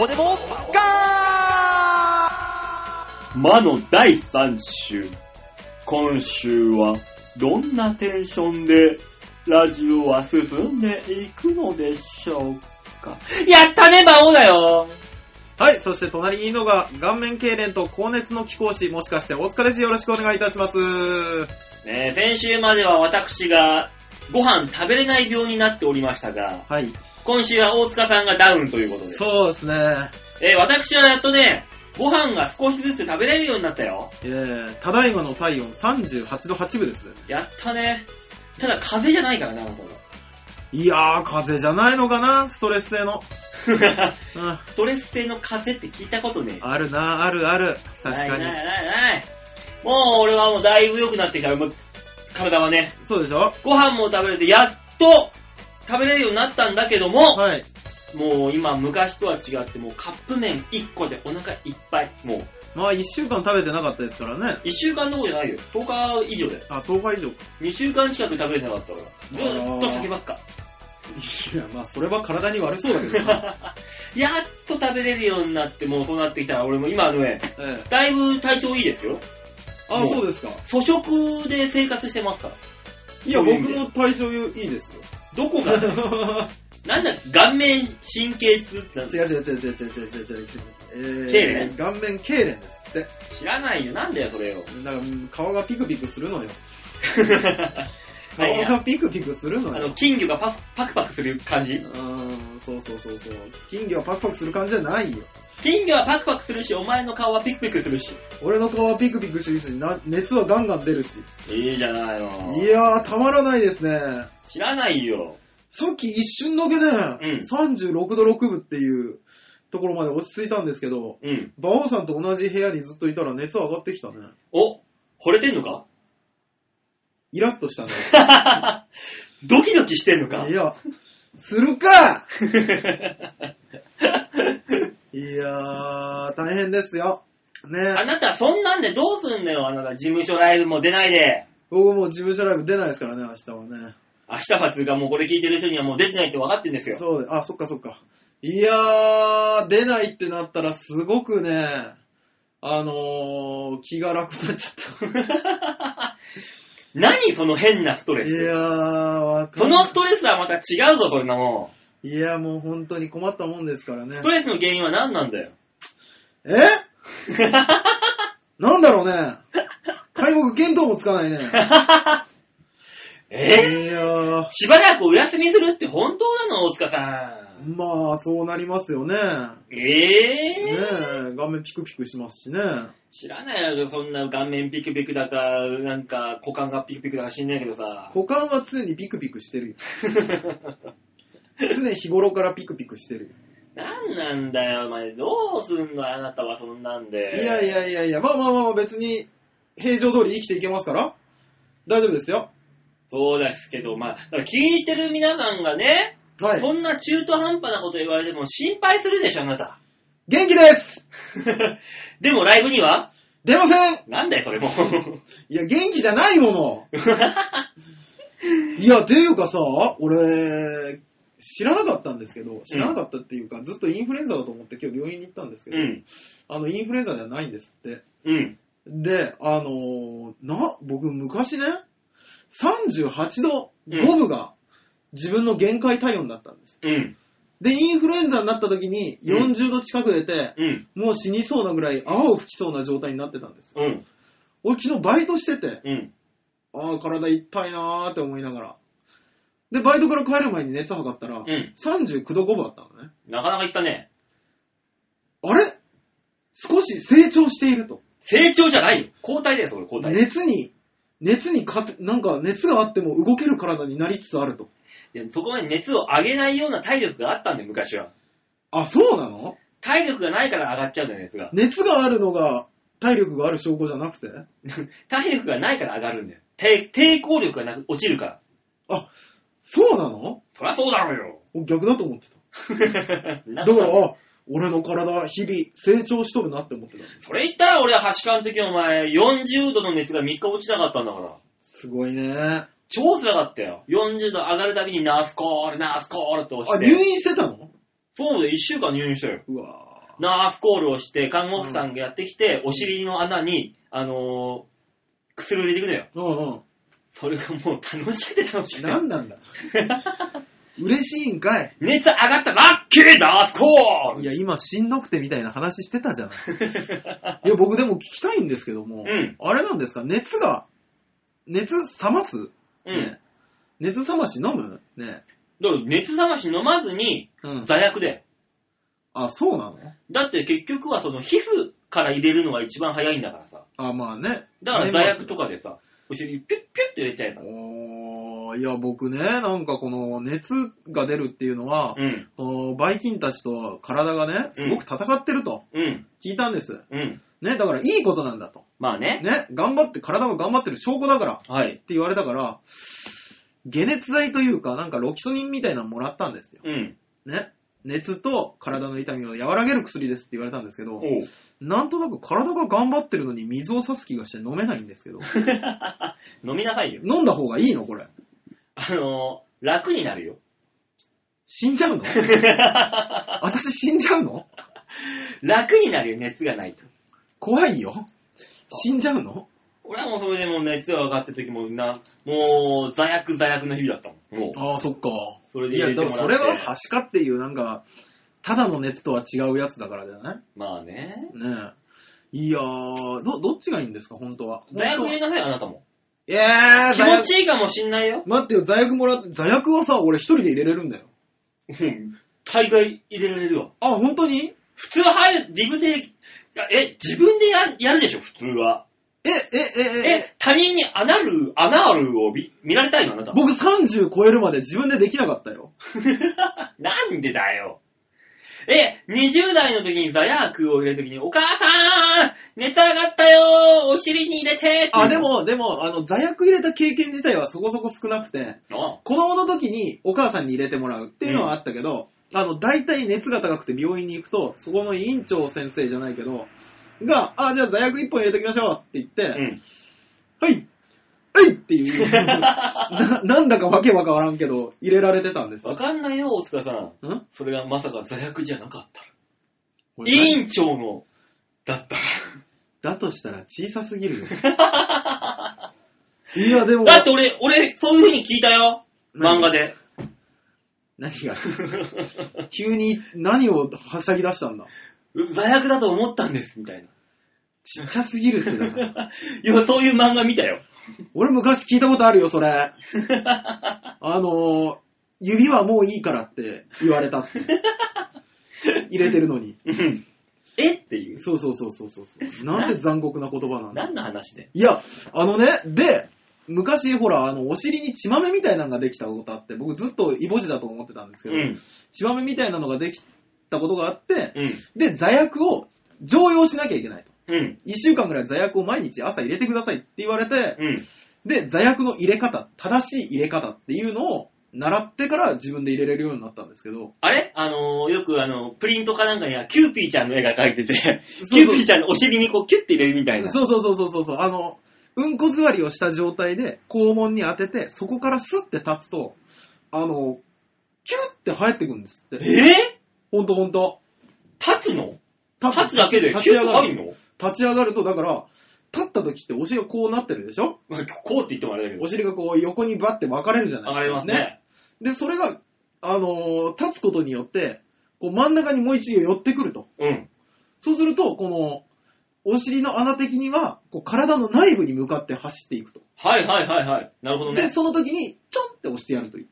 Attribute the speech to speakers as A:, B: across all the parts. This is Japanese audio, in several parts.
A: オデモ
B: 魔の第3週。今週は、どんなテンションで、ラジオは進んでいくのでしょうか。やったね、魔王だよ
C: はい、そして隣にいるのが、顔面痙攣と高熱の気候師、もしかして大塚です。よろしくお願いいたします。は
B: ねえ先週までは私が、ご飯食べれない病になっておりましたが、
C: い。
B: 今週は大塚さんがダウンということで。
C: そうですね。
B: えー私はやっとね、ご飯が少しずつ食べれるようになったよ。
C: えー、ただいまの体温38度8分ですね。
B: やったね。ただ風邪じゃないからな、あなた
C: いやー、風邪じゃないのかなストレス性の。
B: は
C: うん。
B: ストレス性の風邪って聞いたことねえ。
C: あるな、あるある。確かに
B: ない。ないないない。もう俺はもうだいぶ良くなってきた。もう体はね、
C: そうでしょ
B: ご飯も食べれて、やっと食べれるようになったんだけども、
C: はい。
B: もう今昔とは違って、もうカップ麺1個でお腹いっぱい。もう、
C: まあ、1週間食べてなかったですからね。
B: 1週間どころじゃないよ。10日以上だよ。
C: あ、10日以上
B: 2週間近く食べれてなかったから。ずーっと酒ばっか。
C: いや、まあ、それは体に悪そうだけ どな。
B: やっと食べれるようになって、もうそうなってきたら、俺も今あのね、
C: ええ。
B: だいぶ体調いいですよ。
C: あ、そうですか。
B: 粗食で生活してますから。
C: いや、
B: そういう意
C: 僕
B: 味で
C: も体調い いですよ。
B: どこがなんだ、顔面神経痛ってなんだ
C: 違う違う違う違う違う違う違う。えー、
B: 痙攣
C: 顔面痙攣ですって。
B: 知らないよ、なんだよ、それ よ。
C: だからうん、顔がピクピクするのよ。
B: は
C: 顔
B: いあ
C: がピクピクするの
B: の、
C: よ。
B: 金魚がパクパクパクする感
C: う
B: じ
C: ーん、そうそうそうそう。金魚はパクパクする感じじゃないよ。
B: 金魚はパクパクするし、お前の顔はピクピクするし。
C: 俺の顔はピクピクしてるし、な熱はガンガン出るし。
B: いいじゃないの。
C: いやー、たまらないですね。
B: 知らないよ。
C: さっき一瞬だけ
B: う
C: ね、
B: ん
C: 36度6分っていうところまで落ち着いたんですけど、
B: うん。
C: 馬王さんと同じ部屋にずっといたら熱上がってきたね。
B: お、惚れてんのか
C: イラッとしたね。
B: ドキドキしてんのか
C: いや、す るかいやー、大変ですよ。
B: あ
C: ね。
B: なた、そんなんでどうすんのよ、あなた。事務所ライブも出ないで。
C: 僕もう事務所ライブ出ないですからね、明日はね。
B: 明日はつうか、もうこれ聞いてる人にはもう出てないって分かってんですよ。
C: そうで、あ、そっかそっか。いやー、出ないってなったらすごくね、あのー、気が楽になっちゃった。
B: 何その変なストレ
C: いや
B: ス。
C: ー、わか
B: そ
C: ん
B: のストレスはまた違うぞ、そんなも
C: いや、もう本当に困ったもんですから
B: ん。
C: ね
B: スト。レスの原因は何なんだよ。
C: えなんだろう ね。解目見当もつかないね。
B: え
C: いやー。
B: しばらくお休みするって本当なの、大塚さん。
C: まあ、そうなりますよね。
B: え
C: ね
B: え
C: え、顔面ピクピクしますしね。
B: 知らないよ、そんな顔面ピクピクだか、なんか股間がピクピクだか知んないけどさ。
C: 股間は常にピクピクしてるよ。 常日頃からピクピクしてる
B: なんなんだよ、お前。どうすんの、あなたはそんなん
C: よ。
B: で。
C: いやいやいやいや、まあまあまあまあ別に平常通り生きていけますから、大丈夫ですよ。
B: そうですけど、まあ、だから聞いてる皆さんがね、
C: はい。
B: そんな中途半端なこと言われても心配するでしょ、あなた。
C: 元気です
B: でもライブには
C: 出ません
B: なんだよ、それも。
C: いや、元気じゃない ものいや、ていうかさ、俺、知らなかったんですけど、知らなかったっていうか、ずっとインフルエンザだと思って今日病院に行ったんですけど、
B: うん。
C: あの、インフルエンザじゃないんですって。
B: うん。
C: で、あのーな、僕昔ね、38度5分が自分の限界体温だったんです。
B: うん。
C: で、インフルエンザになった時に
B: うん
C: 40度近く出て、
B: うん。
C: もう死にそうなぐらい泡を吹きそうな状態になってたんですよ。
B: うん。
C: 俺昨日バイトしてて、
B: うん。
C: ああ、体痛いなーって思いながら。で、バイトから帰る前に熱測ったら、
B: うん。
C: 39度5分あったのね。
B: なかなかいったね。
C: あれ少し成長していると。
B: 成長じゃないよ。交代だよ、それ、交代。
C: 熱に、熱にかて、なんか熱があっても動ける体になりつつあると。
B: いやそこまで熱を上げないような体力があったんだよ、昔は。
C: あ、そうなの
B: 体力がないから上がっちゃうんだよ、熱が。
C: 熱があるのが体力がある証拠じゃなくて
B: 体力がないから上がるんだよ。抵抵抗力がなく落ちるから。
C: そうなの
B: そりゃそうだろうよ。
C: 逆だと思ってた。
B: だ
C: だから、あ俺の体、日々成長しとるなって思ってた。
B: それ言ったら俺は端からの時お前40度の熱が3日落ちなかったんだから。
C: すごいね。あ、
B: 超辛かったよ。40度上がるたびにナースコール、ナースコールって落ち
C: 入
B: て。
C: 院してたの
B: そうで、1週間入院したよ。
C: うわぁ。
B: ナースコールをして、看護婦さんがやってきて、お尻の穴に、あのー薬を入れてくのよ。
C: うん
B: それがもう楽しくて楽し
C: う
B: くて。
C: ん。なんなんだ。嬉しいんかい。
B: 熱上がったラッキーナースコー
C: い
B: ル
C: や、今しんどくてみたいな話してたじゃない。 いや、僕でも聞きたいんですけども、
B: うん
C: あれなんですか、熱が、熱冷ます、
B: うん。
C: ね熱冷まし飲むね。
B: だから熱冷まし飲まずに、
C: うん。
B: 座薬で。
C: あ、そうなの
B: だって結局はその皮膚から入れるのが一番早いんだからさ。
C: あ、まあね。
B: だから座薬とかでさ、お尻ピュッピュッと入れちゃえば。
C: おーいや、僕ね、なんかこの熱が出るっていうのは、
B: うん、
C: このバイキンたちと体がね、すごく戦ってると
B: うん、
C: 聞いたんです。
B: うん。
C: ね、だからいいことなんだと。
B: まあね。
C: ね、頑張って、体が頑張ってる証拠だからっ
B: はい。
C: て言われたから、解熱剤というか、なんかロキソニンみたいなのもらったんですよ。
B: うん。
C: ね。熱と体の痛みを和らげる薬ですって言われたんですけど、
B: おう
C: なんとなく体が頑張ってるのに水を差す気がして飲めないんですけど、
B: 飲みなさいよ。
C: 飲んだ方がいいのこれ。
B: あのー、楽になるよ。
C: 死んじゃ うの私死んじゃうの
B: 楽になるよ、熱がないと。
C: 怖いよ。死んじゃうの
B: 俺はもうそれでもう熱が上がってる時もな、もう、座薬座薬の日々だったもん。もう。
C: ああ、そっか。
B: それで
C: いや、
B: 入れ
C: で
B: ても
C: も
B: らって。
C: それは、はしかっていう、なんか、ただの熱とは違うやつだからだよね。
B: まあね。
C: ねえ。いやー、ど、どっちがいいんですか、本当は。
B: 座薬入れなさいよ、あなたも。
C: えー、
B: 気
C: 座
B: 持
C: 薬。
B: ちいいかもしんないよ。
C: 待ってよ、座薬もらって、座薬はさ、俺一人で入れれるんだよ。
B: うん。大概入れられるわ。
C: あ、本当に
B: 普通は入る、自分で、え、自分でややるでしょ、普通は。
C: え、え、え、え、え、
B: え、他人にアナル、アナールを見見られたいのあなた。
C: 僕30超えるまで自分でできなかったよ。
B: なんでだよ。え、20代の時にザヤークを入れる時に、お母さん熱上がったよお尻に入れてって
C: あ、で。も、でも、あの、座薬入れた経験自体はそこそこ少なくて、
B: あ
C: 子供の時にお母さんに入れてもらうっていうのはあったけど、あの、大体熱が高くて病院に行くと、そこの委員長先生じゃないけど、が、あ、じゃあ座薬1本入れてきましょうって言って、
B: うん。
C: はいはいっていう、 ななんだかわけわからんけど、入れられてたんです
B: わ
C: よ。
B: かんないよ、大塚さん。
C: ん
B: それがまさか座薬じゃなかったら。委員長の、だったら。
C: だとしたら小さすぎ るよ。いや、でも、
B: だって俺、俺、そういう風に聞いたよ。漫画で。
C: 何が、急に何をはしゃぎ出したんだ。
B: 座薬だと思ったんです、みたいな。
C: ちっちゃすぎるってだから。
B: いや、そういう漫画見たよ。
C: 俺昔聞いたことあるよ、それ。あのー、指はもういいからって言われた って。入れてるのに。
B: うんえっていう。
C: そうそうそうそうそうそう。なんて残酷な言葉なんだ。
B: 何の話で
C: いや、あのね、で、昔ほら、あの、お尻に血豆みたいなのができたことあって、僕ずっとイボ痔だと思ってたんですけ
B: う
C: ど、
B: ん。
C: 血豆みたいなのができたことがあって、
B: うん。
C: で、座薬を常用しなきゃいけないと。
B: うん。
C: 1週間ぐらい座薬を毎日朝入れてくださいって言われて、
B: うん。
C: で、座薬の入れ方、正しい入れ方っていうのを習ってから自分で入れれるようになったんですけど、
B: あれあのー、よくあの、プリントかなんかには、キューピーちゃんの絵が描いてて、
C: そう
B: キューピーちゃんのお尻にこう、キュッて入れるみたいな。
C: そうそうそうそうそうそう、あの、うんこ座りをした状態で肛門に当てて、そこからスッて立つと、あの、キュッて入ってくんですって。
B: え
C: ほんとほんと。
B: ー、立つの立つだけで
C: 立
B: キ
C: ち
B: ュッ
C: 上
B: と
C: が
B: 入ん
C: る。
B: の
C: 立ち上がると、だから、立った時ってお尻がこうなってるでしょ
B: まあこうって言ってもあれだけど
C: お。尻がこう横にバッて分かれるじゃない
B: 上がりますね。
C: で、それが、あのー立つことによって、こう真ん中にもう一度寄ってくると。
B: うん。
C: そうすると、この、お尻の穴的には、こう体の内部に向かって走っていくと。
B: はいはいはいはい。なるほど
C: で、
B: ね。
C: その時に、ちょんって押してやるという。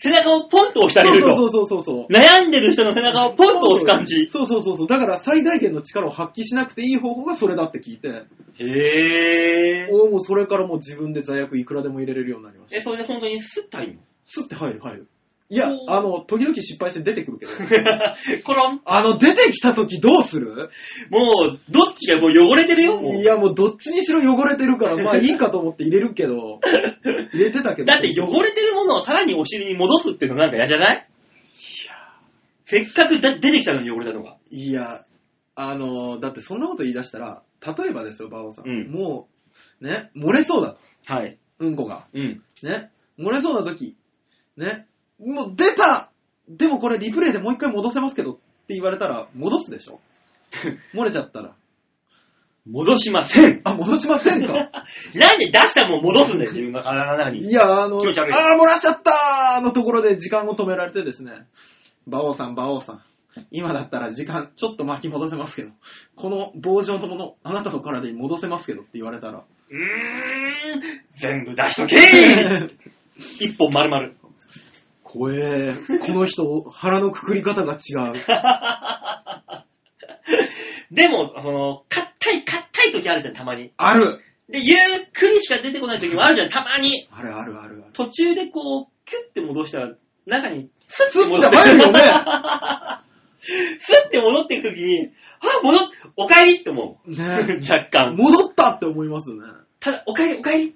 B: 背中をポンと押してあげる
C: そ
B: と。
C: うそうそうそう。
B: 悩んでる人の背中をポンと押す感じ。
C: そうそうそうそう。だから最大限の力を発揮しなくていい方法がそれだって聞いて、
B: へー。
C: おーもうそれからもう自分で座薬いくらでも入れれるようになりまし
B: え、
C: た。
B: それで本当にスッと入るの
C: スッて入る、入る。いや
B: お、ー
C: あの、時々失敗して出てくるけど。
B: コロン。
C: あの、出てきた時どうする
B: もう、どっちがもう汚れてるよ、もう
C: いや、もうどっちにしろ汚れてるから、まあいいかと思って入れるけど、入れてたけど。
B: だって汚れてるものをさらにお尻に戻すっていうのなんか嫌じゃないいやせっかくだ出てきたのに汚れたのが。
C: いや、あのーだってそんなこと言い出したら、例えばですよ、馬王さん。
B: うん
C: もう、ね、漏れそうだと。
B: はい。
C: うんこが。
B: うん。
C: ね。漏れそうな時。ね。もう出たでもこれリプレイでもう一回戻せますけどって言われたら、戻すで しょ漏れちゃったら。
B: 戻しません
C: あ、戻しませんか
B: なんで出したもん戻すんだよ、自分の体の中
C: い
B: に。
C: や、あの、あ
B: 気持ち悪い
C: ー、漏らしちゃったーのところで時間を止められてですね、馬王さん、馬王さん、今だったら時間ちょっと巻き戻せますけど、この棒状のもの、あなたの体に戻せますけどって言われたら、
B: うーん、全部出しとけー 一本丸々。
C: 怖えー、この人、腹のくくり方が違う。
B: でも、その、硬い、硬い時あるじゃん、たまに。
C: ある
B: で、ゆっくりしか出てこない時もあるじゃん、たまに。
C: あるあるあるある。
B: 途中でこう、キュッて戻したら、中に、ス
C: スッ
B: 戻
C: て
B: って
C: 入るよね
B: スッて戻っていく時に、あ、戻っ、お帰りって思う。
C: ね
B: 若干。
C: 戻ったって思いますね。
B: ただ、お帰り、お帰り。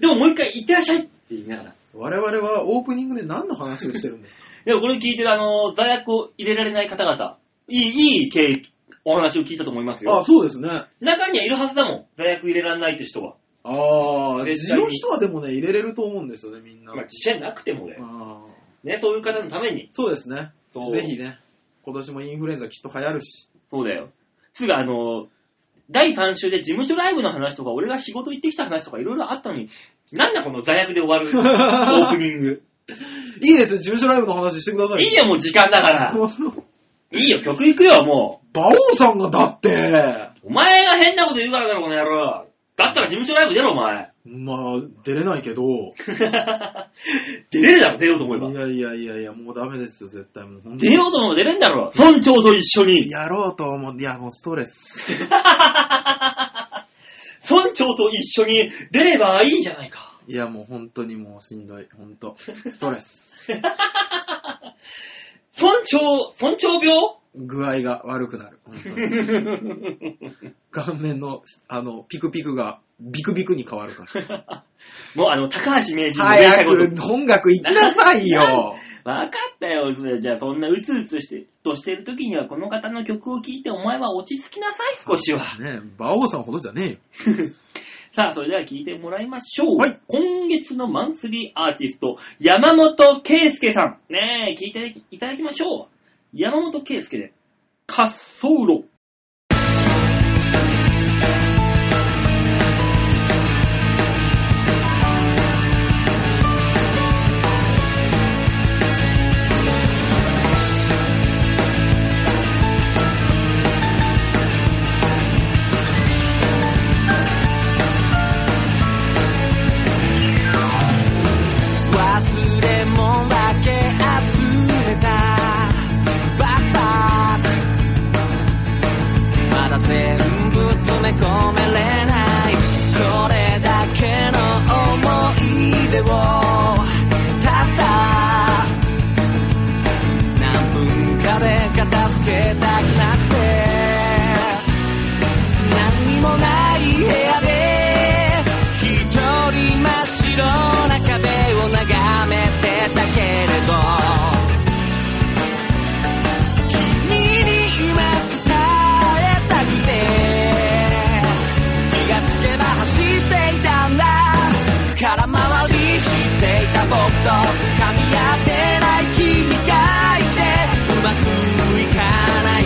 B: でももう一回、行ってらっしゃいって言いながら。
C: 我々はオープニングで何の話をしてるんですか
B: でもこれ聞いてるあの、罪悪を入れられない方々、いい、いい経お話を聞いたと思います
C: あ、
B: よ。
C: そうですね。あ
B: 中にはいるはずだもん。罪悪入れられないって人は。
C: あ、
B: 絶
C: 地
B: 対に
C: の人はでもね、入れれると思うんですよね、みんな。
B: まあ、自社なくてもね。
C: あー
B: ね、そういう方のために。
C: そうですね。
B: そう。
C: ぜひね、今年もインフルエンザきっと流行る し。
B: そうだよ。すぐあの、第3週で事務所ライブの話とか、俺が仕事行ってきた話とかいろいろあったのに、なんだこの罪悪で終わ るオープニング。
C: いいですよ、事務所ライブの話してください。
B: いいよ、もう時間だから。いいよ、曲行くよ、も
C: 馬王さんがだって、
B: う。お前が変なこと言うからだろ、この野郎。だったら事務所ライブ出ろ、お前。
C: まあ、出れないけど、い
B: 出れるだろ、出ようと思えば。
C: やいやいやいや、もうダメですよ、絶対もう本当
B: 出
C: に。
B: ようとも出れんだろ村長と一緒に
C: やろうと思う。いや、もうストレス。
B: 村長と一緒に出ればいいじゃないか
C: いや、もう本当にもうしんどい。本当。ストレス。
B: 村長、村長病
C: 具合が悪くなる。本当に顔面の、あの、ピクピクが、ビクビクに変わるから。
B: もうあの、高橋名人の名車
C: 早
B: ご
C: く
B: と。
C: 音楽行きなさいよ
B: わかったよ、じゃあそんなうつうつして、としてる時にはこの方の曲を聴いてお前は落ち着きなさい、少しは。
C: ねえ、馬王さんほどじゃねえよ。
B: さあ、それでは聴いてもらいましょう。
C: はい
B: 今月のマンスリーアーティスト、山本圭介さん。ねえ、聴いていただきましょう。山本圭介で、滑走路。
A: 忘れ物だけ集めたバックパックまだ全部詰め込めれないこれだけの思い出をたった何分かで片付けたくなって何にもない部屋で一人真っ白な壁を眺めてたけれど君に今伝えたくて気がつけば走っていたんだ空回りしていた僕と噛み合ってない君がいてうまくいかない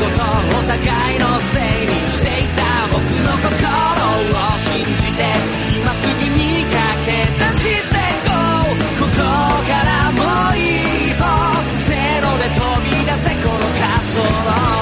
A: ことお互いのせいにしていた僕の心を信じて今すぐに駆け出していこうここからもう一歩ゼロで飛び出せこの滑走路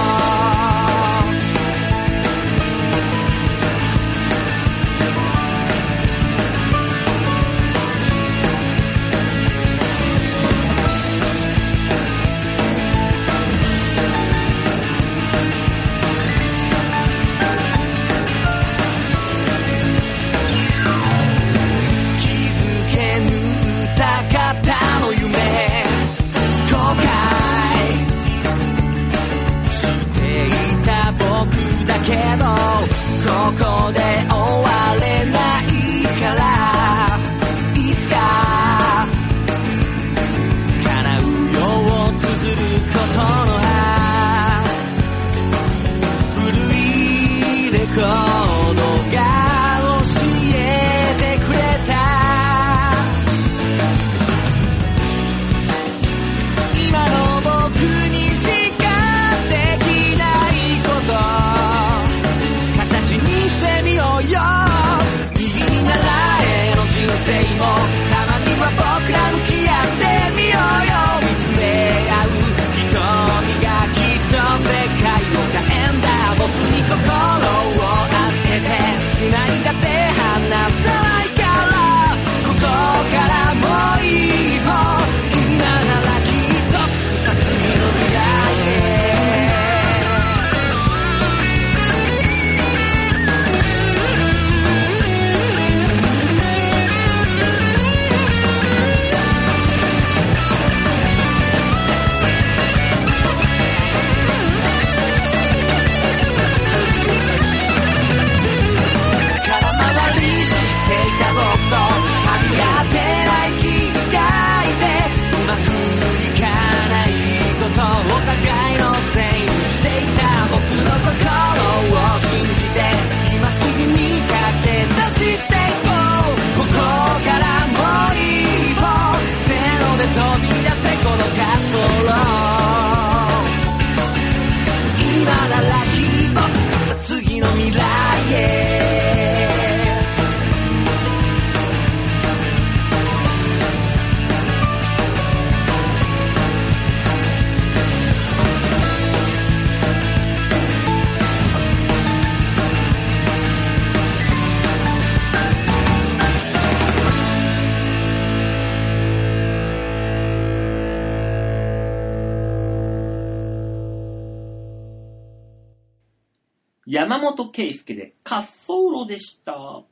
B: 山本圭介で滑走路でした。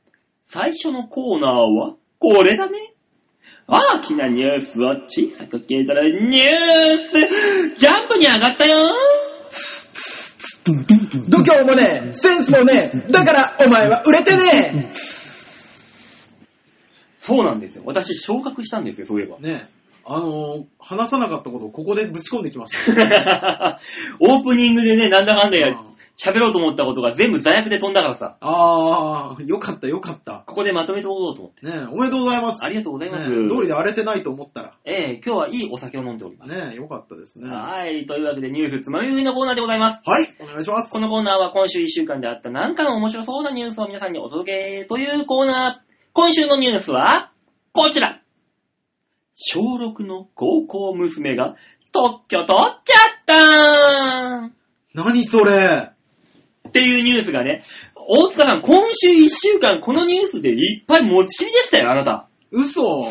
B: 最初のコーナーはこれだね。大きなニュースを小さく消えたらニュースジャンプに上がったよ
C: 度胸もねえ、センスもねえ、だからお前は売れてね
B: そうなんですよ。私昇格したんですよ、そういえば
C: え。。ねえ、あのー話さなかったことをここでぶち込んできました。
B: オープニングでね、なんだかんだ
C: う
B: や
C: ん
B: 喋ろうと思ったことが全部座薬で飛んだからさ、
C: あー、よかったよかった。
B: ここでまとめておこうと思って。
C: ねえ、おめでとうございます。
B: ありがとうございます。
C: ねえ通りで荒れてないと思ったら。
B: ええ今日はいいお酒を飲んでおります。
C: ねえ、よかったですね。は
B: はい、というわけでニュースつまみ食いのコーナーでございます。
C: い、お願いします。
B: このコーナーは今週1週間であった何かの面白そうなニュースを皆さんにお届けというコーナー。今週のニュースは、こちら。小6の高校娘が特許取っちゃった
C: 何それ
B: っていうニュースがね、大塚さん、今週1週間このニュースでいっぱい持ちきりでしたよ、あなた。
C: 嘘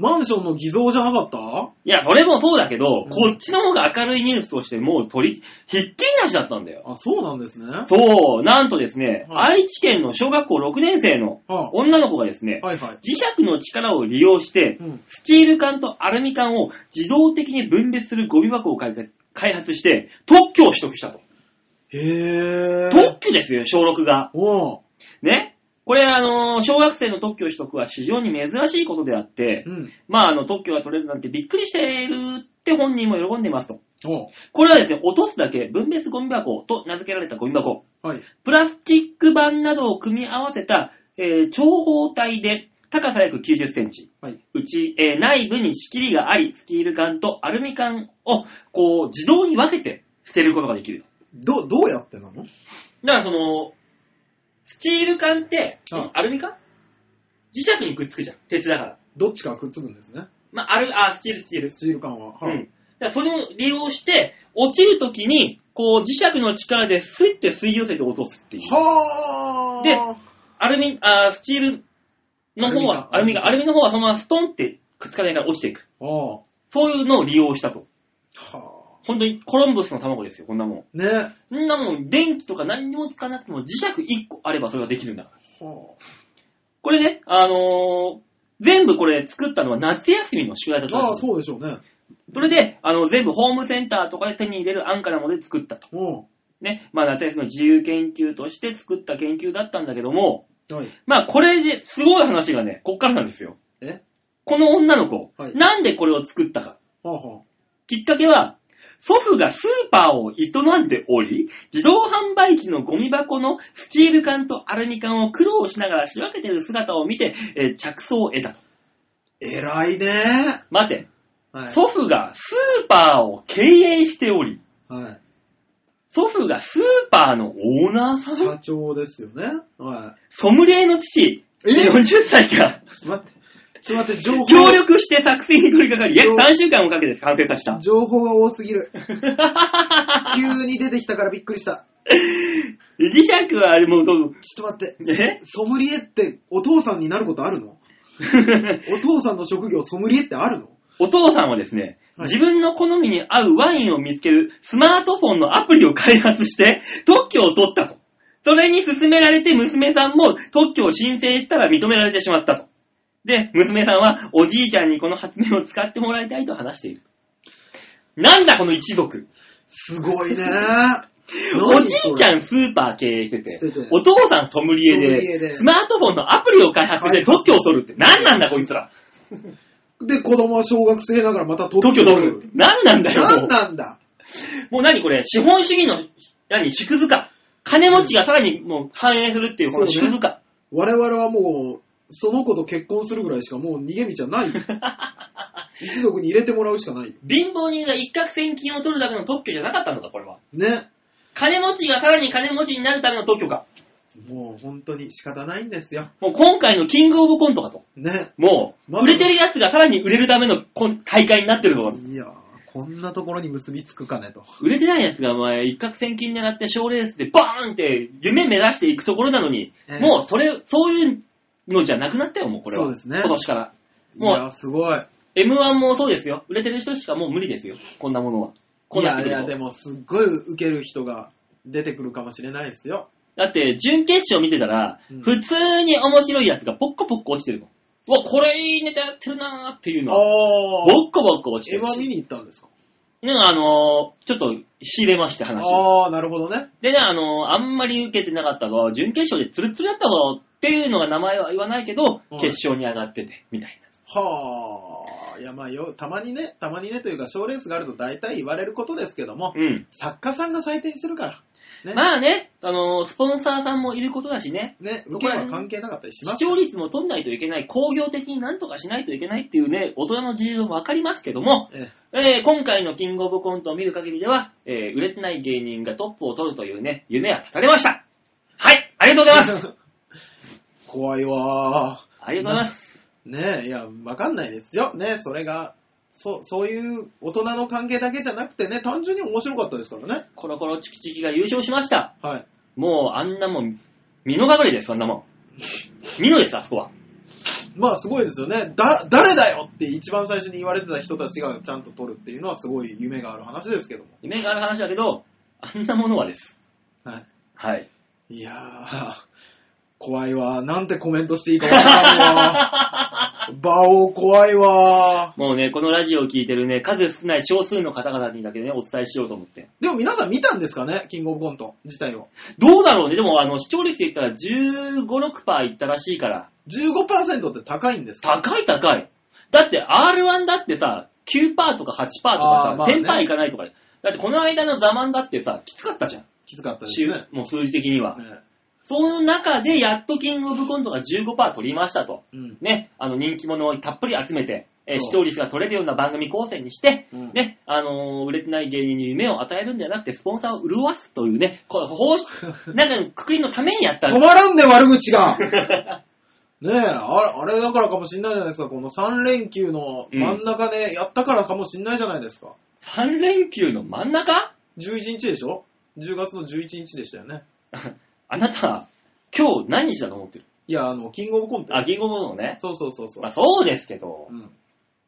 C: マンションの偽造じゃなかった
B: いや、それもそうだけど、
C: うん
B: こっちの方が明るいニュースとしてもう取り、ひっきりなしだったんだよ。
C: あ、そうなんですね。
B: そう、なんとですね、
C: は
B: 愛知県の小学校6年生の
C: は
B: 女の子がですね
C: あ、、はいはい。
B: 磁石の力を利用して
C: う、ん。
B: スチール缶とアルミ缶を自動的に分別するゴミ箱を開発開発して、特許を取得したと。
C: へぇー。
B: 特許ですよ、小6が。
C: おう
B: ね。これ、あのー小学生の特許取得は非常に珍しいことであって、
C: うん。
B: まあ、あの、特許が取れるなんてびっくりしているって本人も喜んでますと。
C: おう
B: これはですね、落とすだけ分別ゴミ箱と名付けられたゴミ箱。
C: はい。
B: プラスチック板などを組み合わせた、えー長方体で、高さ約90センチ。
C: はい。
B: うち、えー内部に仕切りがあり、スティール缶とアルミ缶を、こう、自動に分けて捨てることができると。
C: ど、どうやってなの
B: だからその、スチール缶って、
C: うん
B: アルミ缶磁石にくっつくじゃん。鉄だから。
C: どっちかくっつくんですね。
B: まあ、アル、あ、スチール、スチール。
C: スチール缶は。は
B: う
C: い
B: ん。だからそれを利用して、落ちるときに、こう、磁石の力でスイッて吸い寄せて落とすっていう。
C: は
B: で
C: ー
B: アルミ、あースチールの方は、ア
C: ア
B: ル
C: ル
B: ミ
C: ミ
B: が、
C: が
B: アルミの方はそのままストンってくっつかないから落ちていく。
C: あ
B: そういうのを利用したと。
C: あ。は
B: 本当にコロンブスの卵ですよ、こんなもん。
C: あ。ね。は
B: こんなもん、電気とか何にも使わなくても磁石1個あればそれができるんだから。これね、あのー全部これ作ったのは夏休みの宿題だった
C: あ。あ
B: ら
C: あ、
B: しい
C: そうでしょうね。
B: それで、あの、全部ホームセンターとかで手に入れる安価なもので作ったと。
C: お
B: ね。まあ夏休みの自由研究として作った研究だったんだけども、
C: うはい。
B: まあこれで、すごい話がね、こっからなんですよ。
C: え
B: この女の子、
C: はい
B: なんでこれを作ったか。
C: はあは
B: きっかけは、祖父がスーパーを営んでおり、自動販売機のゴミ箱のスチール缶とアルミ缶を苦労しながら仕分けてる姿を見て、えー着想を得たと。
C: あ。偉いね。
B: 待て、
C: はい。
B: 祖父がスーパーを経営しており、
C: はい。
B: 祖父がスーパーのオーナーさん
C: 社長ですよね。は
B: ソムリエの父、
C: え
B: 40歳が、
C: い。ちょっと待って。ちょっと待って、情報が
B: 協力して作戦に取り掛かり、約3週間をかけて完成させた。
C: 情報が多すぎ る。急に出てきたからびっくりした。
B: 磁石はあれもう、
C: ちょっと待って。
B: え
C: ソムリエってお父さんになることあるのお父さんの職業ソムリエってあるの
B: お父さんはですね、
C: はい
B: 自分の好みに合うワインを見つけるスマートフォンのアプリを開発して特許を取ったと。それに勧められて娘さんも特許を申請したら認められてしまったと。で、娘さんはおじいちゃんにこの発明を使ってもらいたいと話している。なんだこの一族。
C: すごいね。
B: おじいちゃ
C: ん
B: んスーパー経営してて
C: してて、
B: お父さんソムリエ
C: ソムリエ
B: で、
C: で
B: スマートフォンのアプリを開発して特許を取るって何なんだこいつら。
C: で、子供は小学生ながらまた特
B: 特許取る。何なんだよ。もう
C: 何なんだ
B: もう何これ、資本主義の、何、縮図か。金持ちがさらにもう反映するっていう、この
C: そうね
B: 縮図か。
C: 我々はもう、その子と結婚するぐらいしかもう逃げ道は ない。一族に入れてもらうしかない。
B: 貧乏人が一攫千金を取るだけの特許じゃなかったのか、これは。
C: ね。
B: 金持ちがさらに金持ちになるための特許か。
C: もう本当に仕方ないんですよ。
B: もう今回のキングオブコントかと。
C: ね。
B: もう、
C: まあ
B: 売れてるやつがさらに売れるためのこん大会になってるぞ。
C: いやー、こんなところに結びつくかねと。
B: 売れてないやつがお前、一攫千金狙って賞レースでバーンって夢目指していくところなのに、
C: ええ
B: もうそれ、そういうのじゃなくなったよ、もうこれは。
C: そうですね
B: 今年から。
C: い
B: もう
C: やー、すごい。
B: M1 もそうですよ。売れてる人しかもう無理ですよ。こんなものは。こう
C: い
B: なっ
C: や
B: て
C: い
B: くる
C: や、
B: と。
C: でもすっごい受ける人が出てくるかもしれないですよ。
B: だって、準決勝見てたら、
C: うん
B: 普通に面白いやつがポッコポッコ落ちてるもん。うわ、これいいネタやってるなーっていう
C: あ
B: のは、
C: あ。
B: ボッコボッコ落ちて
C: エヴ
B: る
C: ァ見
B: し。
C: に行ったんですか
B: ね、あのーちょっと仕入れまして話を。
C: ああ、なるほどね。
B: でね、あのーあんまり受けてなかったが、準決勝でツルツルだったぞっていうのが名前は言わないけど
C: うん、
B: 決勝に上がってて、みたいな。
C: はあ。いや、まあよ、たまにね、たまにねというか、賞レースがあると大体言われることですけども、
B: うん。
C: 作家さんが採点してるから。ね。
B: まあね、あのースポンサーさんもいることだしね、
C: ね、受けは関係なかったりしま
B: 視
C: すか
B: 聴
C: ら。
B: 率も取んないといけない、工業的になんとかしないといけないっていうね、大人の事情もわかりますけども、
C: え
B: えー今回のキングオブコントを見る限りでは、えー売れてない芸人がトップを取るというね、夢は立たれましたはいありがとうござい ます
C: 怖いわ
B: ありがとうございます
C: ー。ねいや、わかんないですよ。ね、それが、そう、そういう大人の関係だけじゃなくてね、単純に面白かったですからね。
B: コロコロチキチキが優勝しました
C: はい。
B: もうあんなもん、身のがぶりです、そんなもん。身のです、あそこは。
C: まあ、すごいですよね。だ、誰だよって一番最初に言われてた人たちがちゃんと取るっていうのはすごい夢がある話ですけども。
B: 夢がある話だけど、あんなものはです。
C: は
B: はい。
C: い。いやー、怖いわー。なんてコメントしていいかわからんわー。バオ怖いわ
B: もうね、このラジオを聞いてるね、数少ない少数の方々にだけね、お伝えしようと思って。
C: ー。でも皆さん見たんですかねキングオブコント自体を。
B: どうだろうね、でもあの、視聴率で言ったら15、6%いったらしいから、
C: 15%って高いんですか
B: 高い高い。だって R1 だってさ、9%とか8%とか
C: あー
B: さ、
C: まあね
B: 10%いかないとか。だってこの間のザマンだってさ、きつかったじゃん。
C: きつかったです
B: 週
C: ね。
B: もう数字的には。
C: ね
B: その中でやっとキングオブコントが15%取りましたと。
C: うん。
B: ね、あの人気者をたっぷり集めて、えー
C: そう
B: 視聴率が取れるような番組構成にして、
C: うん
B: ね、あのー売れてない芸人に夢を与えるんじゃなくて、スポンサーを潤すというね、こう、方 針、なんか、くくりのためにやった
C: 止まらんね、悪 口がねえ、あれ、あれだからかもしんないじゃないですか。この3連休の真ん中でやったからかもしんないじゃないですか。
B: 3連休の真ん中
C: 11日でしょ ?10 月の11日でしたよね。
B: あなた、今日何日だと思ってる
C: いや、あの、キングオブコント。
B: あ、銀行のね。
C: そうそうそうそう。
B: まあそうですけど
C: う、ん、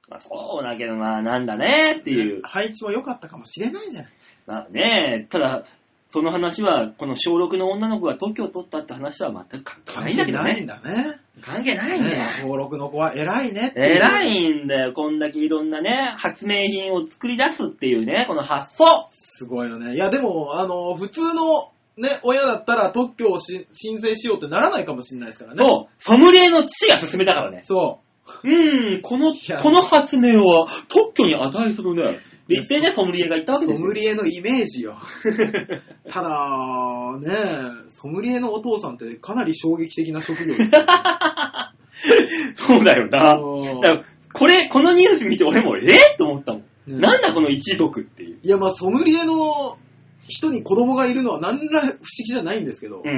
B: まあそうだけど、まあなんだねっていう
C: ね。配置も良かったかもしれないじゃない。
B: まあねただ、その話は、この小6の女の子が特許を取ったって話は全く関係ないんだけど
C: ない
B: ね。
C: んだね。
B: 関係ないんだ
C: ね
B: よ。
C: 小6の子は偉いねっていう。
B: 偉
C: い
B: いんだよ。こんだけいろんなね、発明品を作り出すっていうね、この発想。
C: すごいよね。いや、でも、あの、普通の、ね、親だったら特許をし申請しようってならないかもしれないですからね。
B: そう、ソムリエの父が進めたからね。
C: そう
B: ーん、この、
C: いや
B: この発明は特許に値するね。で、一定ね、ソムリエが言った
C: う。
B: わけ
C: ソ
B: ですよ
C: ム。リエのイメージよ。 ただ、ねソムリエのお父さんってかなり衝撃的な職業 ですよ。
B: そうだよな。
C: う
B: だ
C: ん
B: からこれ、このニュース見て俺も、えと思ったもん。
C: ね
B: なんだこの一族っていう。
C: いや、まあ、ソムリエの人に子供がいるのは何ら不思議じゃないんですけど
B: う、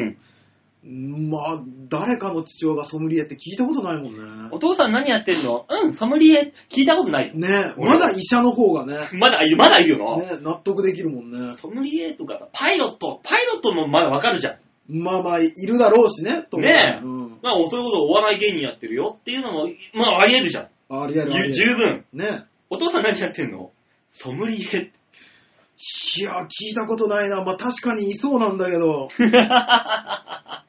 B: ん。
C: まあ、誰かの父親がソムリエって聞いたことないもん
B: お
C: ね。
B: 父さん何やってんのうん、ソムリエ、聞いたことないよ。
C: ねえ、まだ医者の方がね、
B: まだ、まだいるよな。
C: ねえ納得できるもんね。
B: ソムリエとかさ、パイロット、パイロットもまだわかるじゃん。
C: まあまあ、いるだろうしね、と思う
B: ねえ
C: うん。
B: まあ、そういうことお笑い芸人やってるよっていうのも、まあ、あり得るじゃん。
C: ありえるありえる。
B: 十分。
C: ね
B: お父さん何やってんのソムリエ。
C: え。いや、聞いたことないな。まあ、確かにいそうなんだけど。
B: だか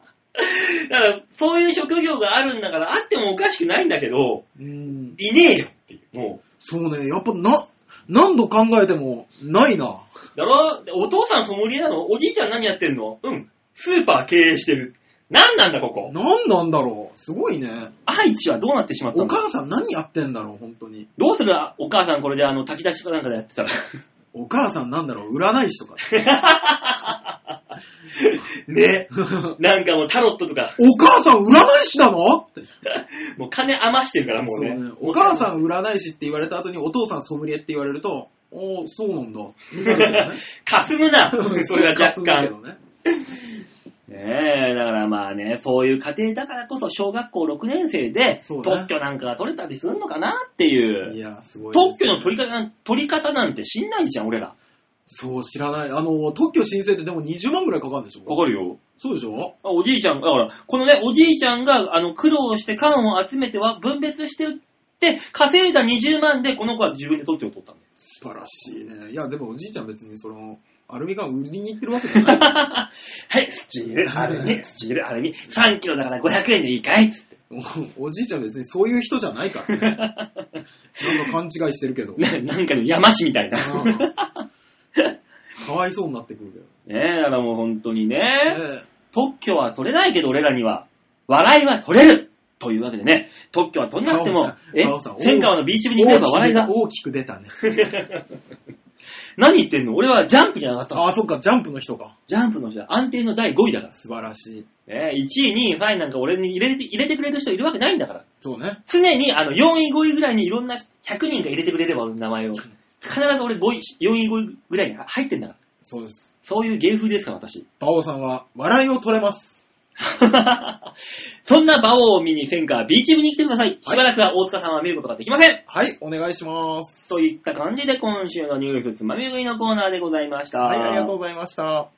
B: ら、そういう職業があるんだから、あってもおかしくないんだけど、
C: うん。
B: いねえよっていう。も
C: そうね、やっぱな、何度考えても、ないな。
B: う。だろでお父さんソムリエなのおじいちゃん何やってんのうん。スーパー経営してる。何なんだ、ここ。
C: 何なんだろう。すごいね。
B: 愛知はどうなってしまった
C: お
B: んだ
C: 母さん何やってんだろう、本当に。
B: どうするお母さんこれであの、炊き出しかなんかでやってたら。
C: お母さんなんだろう、占い師とか。
B: ね。なんかもうタロットとか、
C: お母さん占い師なのって。
B: もう金余してるから、もう
C: そう
B: ね。
C: ね。お母
B: ん
C: さん占い師って言われた後にお父さんソムリエって言われると、おー、そう なんだ。みたいなね
B: 霞む なそれは
C: 少し
B: 若
C: 霞むけ
B: 干
C: ど。ね。
B: ねえ、だからまあね、そういう家庭だからこそ小学校6年生で
C: そう
B: 特
C: ね
B: 許なんかが取れたりするのかなっていう。
C: いや、すごいで
B: 特
C: すね、
B: 許の取り方なん取り方なんて知んないじゃん、俺ら。
C: そう、知らない。あの、特許申請ってでも20万ぐらいかかるんでしょ
B: わかるよ。
C: そうでしょ
B: あおじいちゃん、だから、このね、おじいちゃんが、あの、苦労して缶を集めては分別して売って、稼いだ20万で、この子は自分で特許を取ったんだよ。
C: 素晴らしいね。いや、でもおじいちゃん別にその、アルミ缶売りに行ってるわけじ ゃない。
B: はい、スチール、アルミ、スチール、アルミ。3キロだから500円でいいかいつって。
C: おおじいちゃん別にそういう人じゃないから、ね。なんか勘違いしてるけ ど。
B: ななんかの山師みたいな。
C: かわいそうになってくるけど。
B: ねえ、だからもう本当にね。
C: え
B: 特許は取れないけど俺らには、笑いは取れるというわけでね、特許は取れなくても、え
C: 青さん青さん
B: 千川のビーチ部
C: え
B: に行けば笑いが、
C: 大きく出たね。
B: 何言ってんの俺はジャンプに上がったの
C: あ、そっか、ジャンプの人か。
B: ジャンプの人は安定の第5位だか
C: 素晴らしい。
B: ら。ねえ、1位、2位、3位なんか俺に入れて入れてくれる人いるわけないんだから。
C: そうね。
B: 常にあの4位、5位ぐらいにいろんな100人が入れてくれれば俺の名前を。必ず俺5位、4位、5位ぐらいに入ってんだから。
C: そうです。
B: そういう芸風ですから、私。
C: 馬王さんは笑いを取れます。
B: そんな馬王を見に千川ビーチ部に来てください。しばらくは大塚さんは見ることができません。
C: はい、お願いします。
B: といった感じで今週のニュースつまみ食いのコーナーでございました。
C: はい、ありがとうございました。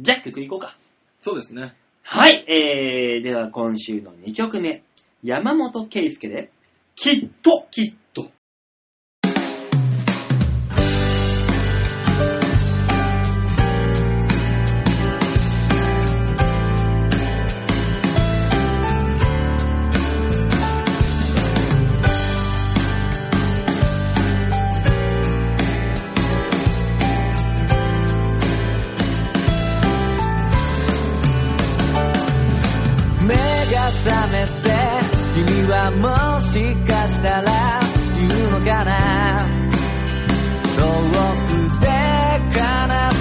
B: じゃあ曲いこうか。
C: そうですね。
B: はい、えー、では今週の2曲目。山本圭介で、きっと、きっと。
A: 目が覚めて君はもしかしたら言うのかな遠くで奏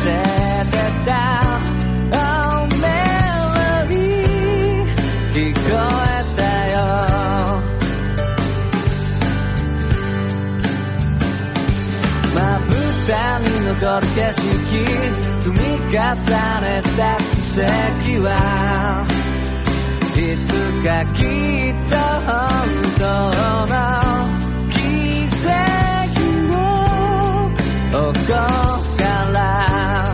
A: でてた Oh melody 聞こえたよまぶたに残る景色積み重ねた奇跡はいつかきっと本当の奇跡を起こすから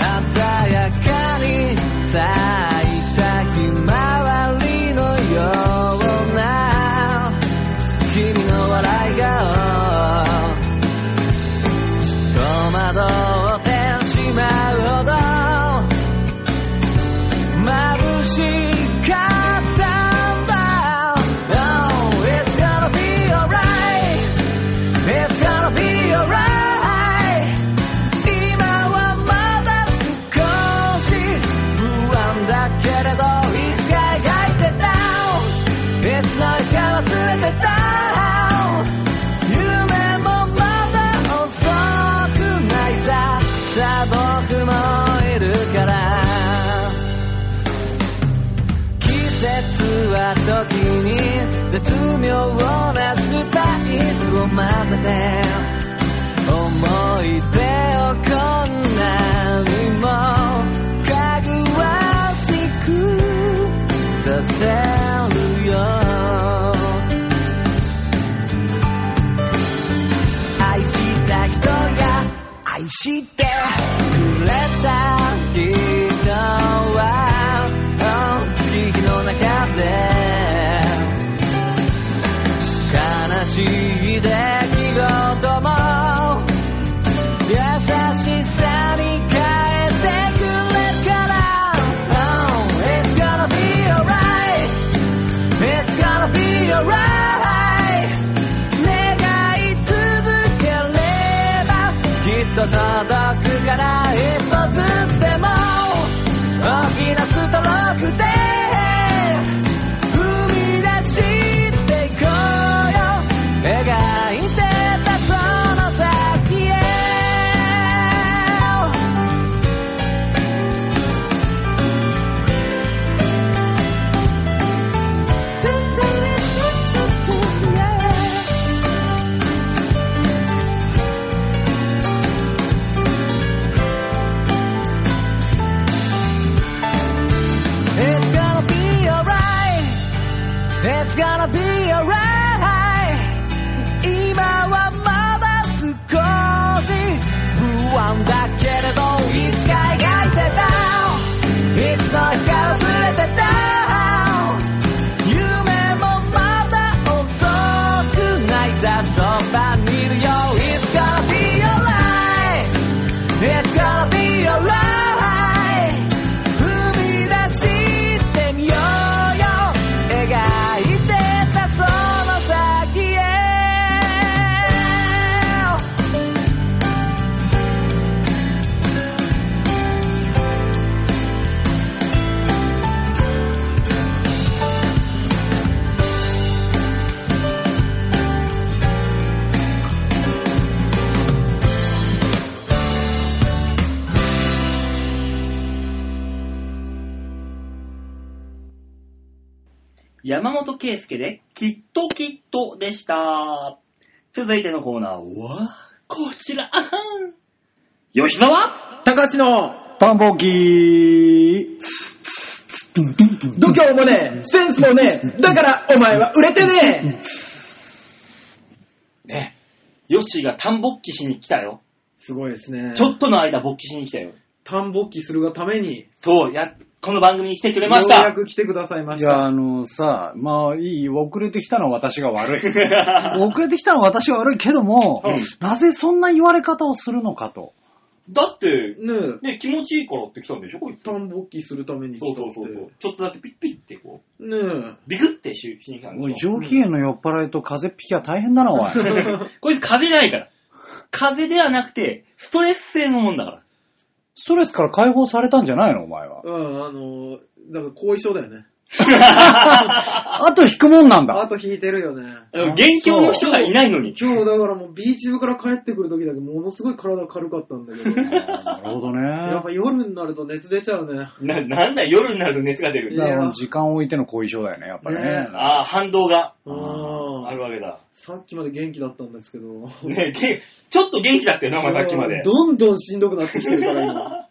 A: 鮮やかに咲いたひまわりのような君の笑い顔戸惑ってしまうほど眩しかったんだ Oh, it's gonna be alright It's gonna be alright 今はまだ少し不安だけれどいつか描いてたいつの日か忘れてた夢もまだ遅くないささあ僕もいるから季節は時に絶妙なスパイスを混ぜて思い出をこんなにもかぐわしくさせるよ愛した人が愛してくれた人は悲劇の中で悲しい出来事も優しさに変えてくれるから Oh, it's gonna be alright It's gonna be alright 願い続ければきっと届くから一歩ずつでも大きなストロークで踏み出していこうよ描いてたその先へ「It's gonna be alright」「It's gonna be alright」「今はまだ少し不安だけれど」「いつか描いてた」「いつの日か忘れてた」「夢もまだ遅くないさそばにいるよ」「いつ
B: 山本圭介で、きっときっとでした。続いてのコーナーは、こちら。吉沢
C: たかしの
D: パンポキー
C: 度胸もねえ、センスもねえ、だからお前は売れてねえ。
B: ね。ヨッシーが単勃起しに来たよ。
C: すごいですね。
B: ちょっとの間勃起しに来たよ。
C: 田んぼっきするがために、
B: そう、や、この番組に来てくれまし
C: ようや
B: た。
C: く来てくださいま
D: い
C: し
D: や、
C: た。
D: あのさ、まあいい、遅れてきたのは私が悪い。 遅れてきたのは私が悪いけども、
B: うん
D: なぜそんな言われ方をするのかと。
B: だって、
C: ねえ、
B: ね、気持ちいいからって来たんでしょ、こいつ。
C: 田んぼっきするために
B: そ
C: 来
B: う
C: たっ
B: そ
C: て。
B: うそうそう。ちょっとだけピッピッってこう、
C: ねえ。
B: ビクってししに来たん
D: おい
B: でしょ。
D: 上機嫌の酔っ払いと風邪っ引きは大変だな、おい。
B: こいつ風邪ないから。風邪ではなくて、ストレス性のもんだから。
D: ストレスから解放されたんじゃないの、お前は。
C: うん、あの、だから後遺症だよね。
D: あと引くもんなんだ。
C: あと引いてるよね。
B: あの元凶の人がいないのに。
C: 今日だからもうビーチ部から帰ってくる時だけものすごい体軽かったんだけど。
D: なるほど
C: や
D: ね
C: っ。ぱ夜になると熱出ちゃうね。
B: な、なんだよ夜になると熱が出る。
D: だから時間を置いての後遺症だよね、やっぱりね。
C: ね
B: ああ、反動が
C: あ
B: あ
C: あ。
B: るわけだ。
C: さっきまで元気だったんですけど。
B: ね、げちょっと元気だったよな、お前さっきまで。
C: どんどんしんどくなってきてるか ら今。あ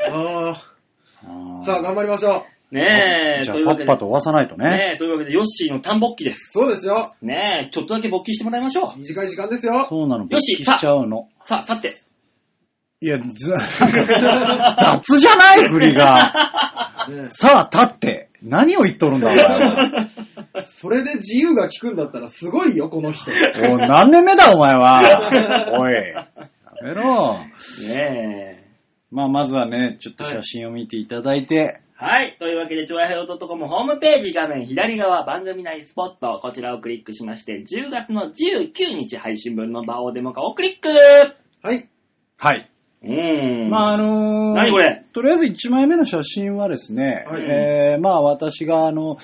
D: あ
C: あ。
D: ー
C: さあ、頑張りましょう。
B: ねえ、
D: じゃあ
B: という
D: パ
B: わけ
D: ッ
B: で
D: パ。と終わさないとね。
B: ねえ、というわけで、ヨッシーの単勃起です。
C: そうですよ。
B: ねえ、ちょっとだけ勃起してもらいましょう。
C: 短い時間ですよ。
D: そうなの、
B: よし
D: 勃起しちゃうの。
B: さあ、さて。
D: いや、ず雑じゃない振りが。
C: ね
D: さあ、立って。何を言っとるんだ、
C: それで自由が利くんだったらすごいよ、この人。
D: お前は。おい何年目だ、お前は。おい。やめろ。
B: ねえ。
D: まあ、まずはね、ちょっと写真を見ていただいて、
B: はい。というわけで、ちょいはよ .com ホームページ画面左側番組内スポット、こちらをクリックしまして、10月の19日配信分の場をデモ化をクリック
C: はい。
D: はい。
B: うーん。
D: まあ、あのー、
B: 何これ
D: とりあえず1枚目の写真はですね、
C: はい
D: えーまあ、私が、あの、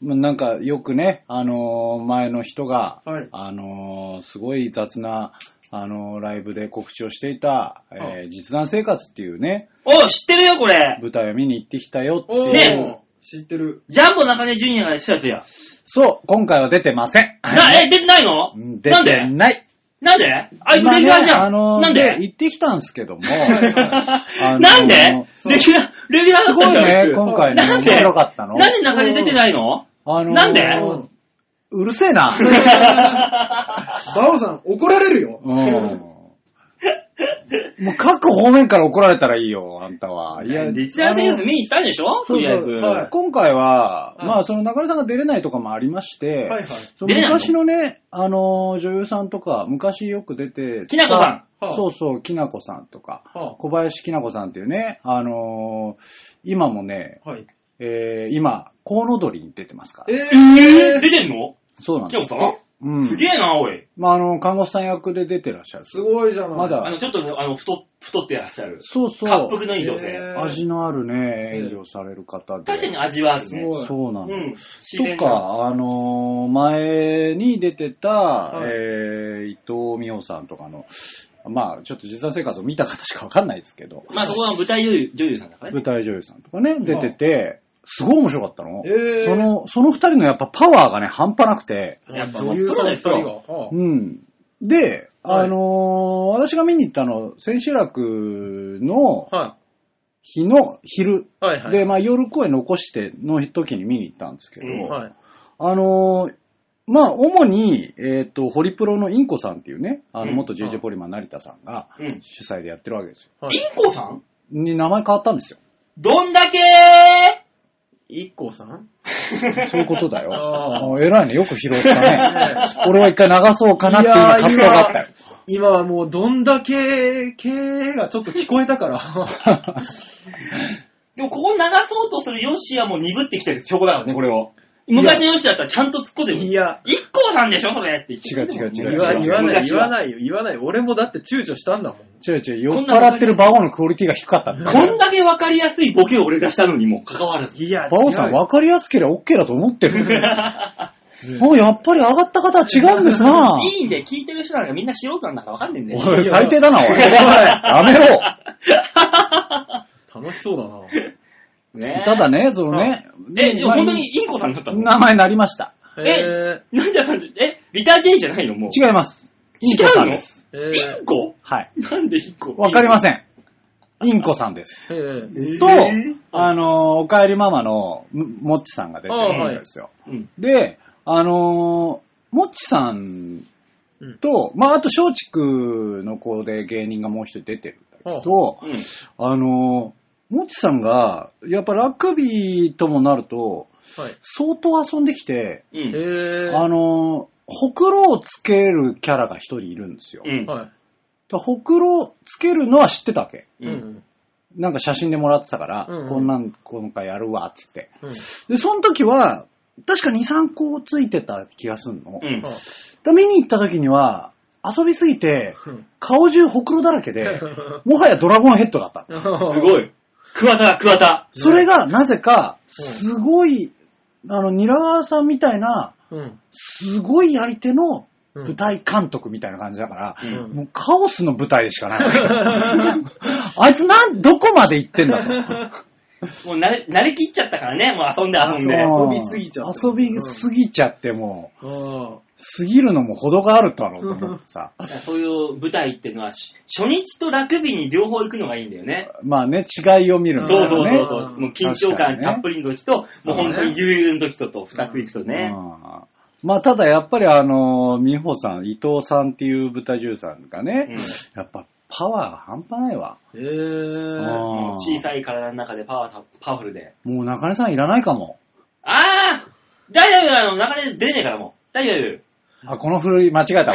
D: まあなんかよくね、あのー前の人が、
C: はい
D: あのーすごい雑な、あのーライブで告知をしていた、えー実弾生活っていうね、
B: お知ってるよ、これ
D: 舞台を見に行ってきたよって
C: お
D: いう。
C: ー、
B: ね
C: 知ってる。
B: ジャンボ中根ジュニアがやってたやつや。
D: そう、今回は出てません。
B: な、え、出てないの
D: うん出
B: なん
D: て
B: で
D: ない。
B: なんであいつ
D: まあ
B: レギ
D: ね
B: ュラーじゃ
D: あ
B: ん。
D: のー
B: なんで
D: 行ってきたんですけども、 あのー
B: なんでレギュラー、レギュラーだ
D: す
B: っ
D: ご
B: た
D: い
B: んだ
D: ね
B: よ。、
D: 今回ね、
B: なん
D: 面
B: で
D: 白かったの。
B: なんで中根出てないの
D: あのー
B: なんで
D: うるせえな。
C: バオさん、怒られるよ。
D: うん。もう各方面から怒られたらいいよ、あんたは。いや、
B: 実際
D: あ
B: の
D: の
B: やつ見に行ったんでしょと
D: そう
B: りあえず。
D: そう
C: はい
D: 今回は、
C: はい
D: まあ、その中根さんが出れないとかもありまして、
C: はいはい
D: そ
B: 出
D: の
B: れないの
D: 昔のね、あのー、女優さんとか、昔よく出て、
B: きなこさ
C: はあ
D: そうそう、きなこさんとか、
C: は
D: 小林きなこさんっていうね、あのー今もね、
C: あはい。
D: えー今、コウノドリに出てますか
C: え
D: ら。
B: ん。
C: ー、
B: 出てんの
D: そうなん
B: きな
D: で
B: こ
D: す。
B: さん
D: うん。
B: すげえな、おい。
D: まあ、あの、看護師さん役で出てらっしゃる。
C: すごいじゃない。
D: まだ
B: あの、ちょっと、あの、太、太ってらっしゃる。
D: そうそう。
B: 滑腹のいい女
C: へ
B: 性。
C: ー
D: 味のあるね、演技をされる方で。
B: 確かに味はある
C: す
B: ね。
C: ごい。
D: そうな
B: う
D: んだ。
B: ん。
D: とか、あのー前に出てた、
C: い
D: えー伊藤美穂さんとかの、まあ、ちょっと実際生活を見た方しかわかんないですけど、
B: まあ、そこは舞台女優女優さんだからね。
D: 舞台女優さんとかね、出てて、すごい面白かったの。
C: えー
D: その、その二人のやっぱパワーがね、半端なくて、
B: やっぱ
C: 女優さん二人が。は
D: うん。で、
C: はい
D: あのー私が見に行ったの、千秋楽の
C: あは
D: 日の昼
C: い。はいはい。
D: で、まあ、夜公演残しての時に見に行ったんですけど、
B: うん
C: はい。
D: あのーまあ、主に、えっ、と、ホリプロのインコさんっていうね、あの、
B: うん
D: 元 JJ ポリマン成田さんが
B: うん。イン
D: 主催でやってるわけですよ。
C: はい
B: コさん
D: に、名前変わったんですよ。
B: どんだけ
C: 一光さん
D: そういうことだ よ。
C: あー
D: あ偉いね、よく拾った ね。俺は一回流そうかなって今、葛藤があったよ。
C: 今はもうどんだけ、けがちょっと聞こえた から。
B: でも、ここ流そうとするヨッシーはもう鈍ってきてる証拠だよね、これを。昔のヨッシーだったらちゃんと突っ込んでる。
C: いや、
B: 一光さんでしょ、それって言って
D: 違う違う違
C: 言
D: う違う
C: わ言わない、
B: 昔
C: 言
B: は
C: わないよ、言わない。俺もだって躊躇したんだもん。
D: 違う違う、酔っ払ってる馬王のクオリティが低かったんだよ。
B: こんだけわかりやすいボケを俺がしたのにもかかわらず。
C: いや、
D: 馬王さん、
C: 違うよ
D: 分かりやすければ OK だと思ってる。もうやっぱり上がった方は違うんですな
B: いいんで、聞いてる人なんかみんな素人なんだからわかんねえんだよ。
D: おい、最低だな、おい。やめろ。
C: 楽しそうだな。
B: ね
D: ただ。ね、そのね、
B: え、
D: ね
B: でも本当にインコさんだったの
D: 名前になりました。
B: え、なんでさん、え、リター J じゃないのもう。
D: 違います。インコさんです。
E: え
B: インコ
D: はい。
B: なんでインコ
D: わかりま
B: ん。
D: せん。インコさんです。
E: えー、
D: と、あの、おかえりママのむもっちさんが出てるんですよ。
B: うん。
D: で、あのー、もっちさんと、まあ、あと松竹の子で芸人がもう一人出てるんだけど、
B: うん。
D: あのー、もっちさんが、やっぱラグビーともなると、
E: はい。
D: 相当遊んできて、
B: う
E: え
B: ん。
E: ー、
D: あのー、ほくろをつけるキャラが一人いるんですよ。
B: う
D: だか
B: ん。
E: は
D: らほくろつけるのは知ってたわけ。
E: い。うん。
D: なんか写真でもらってたから、
E: うんうん
D: こんなん、今回やるわ、つって。
E: うん。
D: で、その時は、確か2、3個ついてた気がすんの。
B: うん。
E: は
D: で見に行った時には、遊びすぎて、
E: うん
D: 顔中ほくろだら けで、 もはやドラゴンヘッドだった。
B: す
E: す
B: ご
E: い。
B: い。桑田、桑田。
D: それが、なぜか、すごい、あの、ニラ川さんみたいな、
E: うん。
D: すごいやり手の
E: うん
D: 舞台監督みたいな感じだから、
B: うん
D: もうカオスの舞台でしかない。 あいつなん、どこまで行ってんだと。
B: もう慣れ、慣れきっちゃったからね、もう遊んで遊んで。
D: そう
C: 遊びすぎちゃって
D: 遊びすぎちゃって、もう、
E: あ
D: 過ぎるのも程があるだろうと思ってさ。
B: そういう舞台ってのは、し初日とラグビーに両方行くのがいいんだよね。
D: まあね、違いを見る
B: そ
D: ん
B: う
D: だ
B: そう
D: よ
B: そ
D: ね
B: う。そう。もう緊張感たっぷりの時と、もう本当にゆるゆるの時とと、二つ行くとね。
D: うんまあ、ただやっぱりあの、美穂さん、伊藤さんっていう豚重さんがね、
B: うん
D: やっぱパワーが半端ないわ。
E: え
D: う
E: ー、
D: ん
B: もう小さい体の中でパワーさ、パワフルで。
D: もう中根さんいらないかも。
B: ああ大丈夫あの、中で出ねえからもう。大丈夫
D: あ、この古い間違えた、俺が。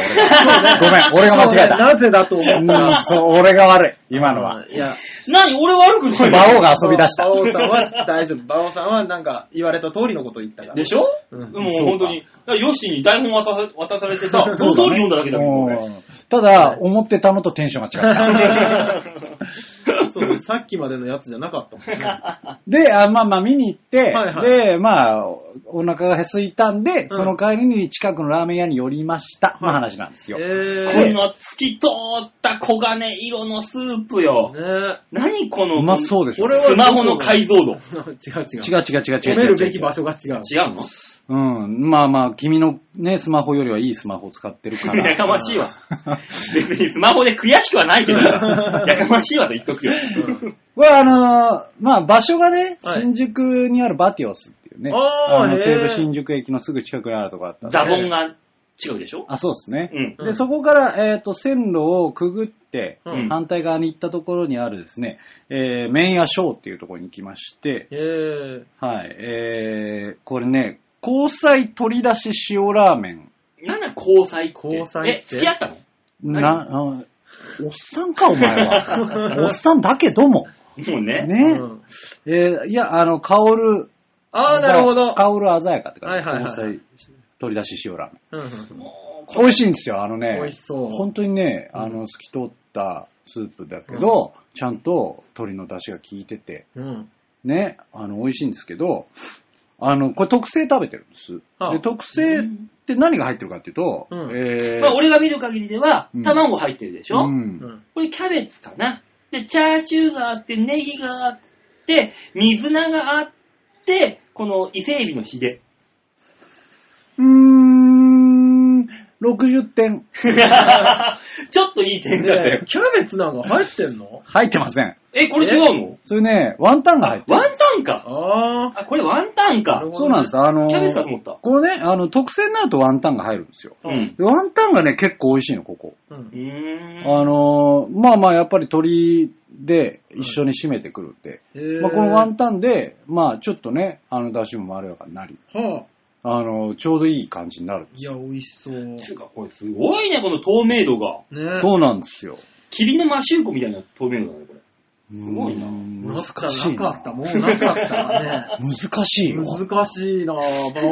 D: ごめん、俺が間違えた。
E: なぜだと思った
D: うんそう、俺が悪い、今のは。
E: いや、
B: 何俺悪くないよ
D: 馬王が遊び出した
E: バ。オさんは大丈夫。バオさんはなんか言われた通りのことを言ったから。
B: でしょ
E: うん
B: もう本当に。だからヨッシーに台本渡さ渡されてさ、その通
D: うだね
B: り読んだだけだもん、俺。
D: うんただ、思ってたのとテンションが違った。
E: そう、さっきまでのやつじゃなかったもんね。
D: で、あまあまあ見に行って、
E: はいはい
D: で、まあ、おお腹が空いたんで、その帰りに近くのラーメン屋に寄りました、の話なんですよ。
E: え
B: こ
E: ー、ね
B: の透き通った黄金色のスープよ。何この、
D: うまそうでしょ。
E: 俺は
B: スマホの解像度。
E: 違う違う。
D: 違う違う違う違
E: 褒
D: う違
E: め
D: う
E: る
D: 違
E: べ
D: う
E: き場所が違う。
B: 違 うの
D: うん。まあまあ、君のね、スマホよりはいいスマホを使ってるか。
B: やからましいわ。別にスマホで悔しくは ないけどさ、やかましいわと言っとくよ。
D: これあのーまあ場所がね、
E: はい
D: 新宿にあるバティオスっていうね、
E: あーへ
D: の
E: ー
D: 西武新宿駅のすぐ近くにあるとこだったんで
B: ザボンが違うでしょ
D: あ、そうですね。
B: うん。
E: う
D: で、
E: ん
D: そこから、えっ、と、線路をくぐって、
E: うん
D: 反対側に行ったところにあるですね、えー、麺屋小っていうところに来まして、
E: えー、
D: はい、えー、これね、交際取り出し塩ラーメン。
B: なんだ交際って。
E: 交際って
B: え、付き合ったの
D: な、あおっさんか、お前は。 おっさんだけども。
B: もうね。
E: う
D: ね、
E: ん、
D: えーいや、あの、香る、
E: ああ、なるほど。
D: 香る鮮やかって感じ。
E: はいはいはい
D: 交際取り出し塩ラーメン。
E: うんうん
B: もう
D: 美味しいんですよ、あのね。
E: 美味しそう。
D: 本当にね、あの、透き通ったスープだけど、ちゃんと鶏の出汁が効いてて、
E: うん。
D: ね、あの、美味しいんですけど、あの、これ特製食べてるんです。
E: あ
D: で特製って何が入ってるかっていうと、
E: うん
D: えー
B: まあ、俺が見る限りでは
D: うん、
B: 卵入ってるでしょ、
E: う
D: うん
E: ん。
B: これキャベツかな。で、チャーシューがあって、ネギがあって、水菜があって、この伊勢エビのヒゲ。
D: うーん、60点。
B: ちょっといい点だった
E: ね
B: よ。
E: キャベツなんか入ってんの
D: 入ってません。
B: え、これ違うの
D: それね、ワンタンが入ってる。
B: ワンタンか。
E: あ
B: あ、これワンタン
E: なる
B: か
E: ほ。
D: そうなんです。あの
B: キャベツかと思った。
D: これね、あの、特製になるとワンタンが入るんですよ。
B: うん。
D: でワンタンがね、結構美味しいの、ここ。
E: あ。うん
B: う。ーん。
D: あのーまあまあ、やっぱり鳥で一緒に締めてくるって。
E: えー
D: まあ、このワンタンで、まあ、ちょっとね、あの、出汁もまろやかになり、
E: はあ。
D: あのーちょうどいい感じになる。
E: いや、美味しそう。ね
B: つうか、これすごいね、この透明度が。
D: そうなんですよ。
B: 霧のマシューコみたいな透明度だね、これ。
D: す
B: ごいな
E: な
D: 難
E: かっ
D: しい
E: た、なか
D: な。
E: っ。た。もうなかったね
D: 難し いよ。
E: 難しいなぁ、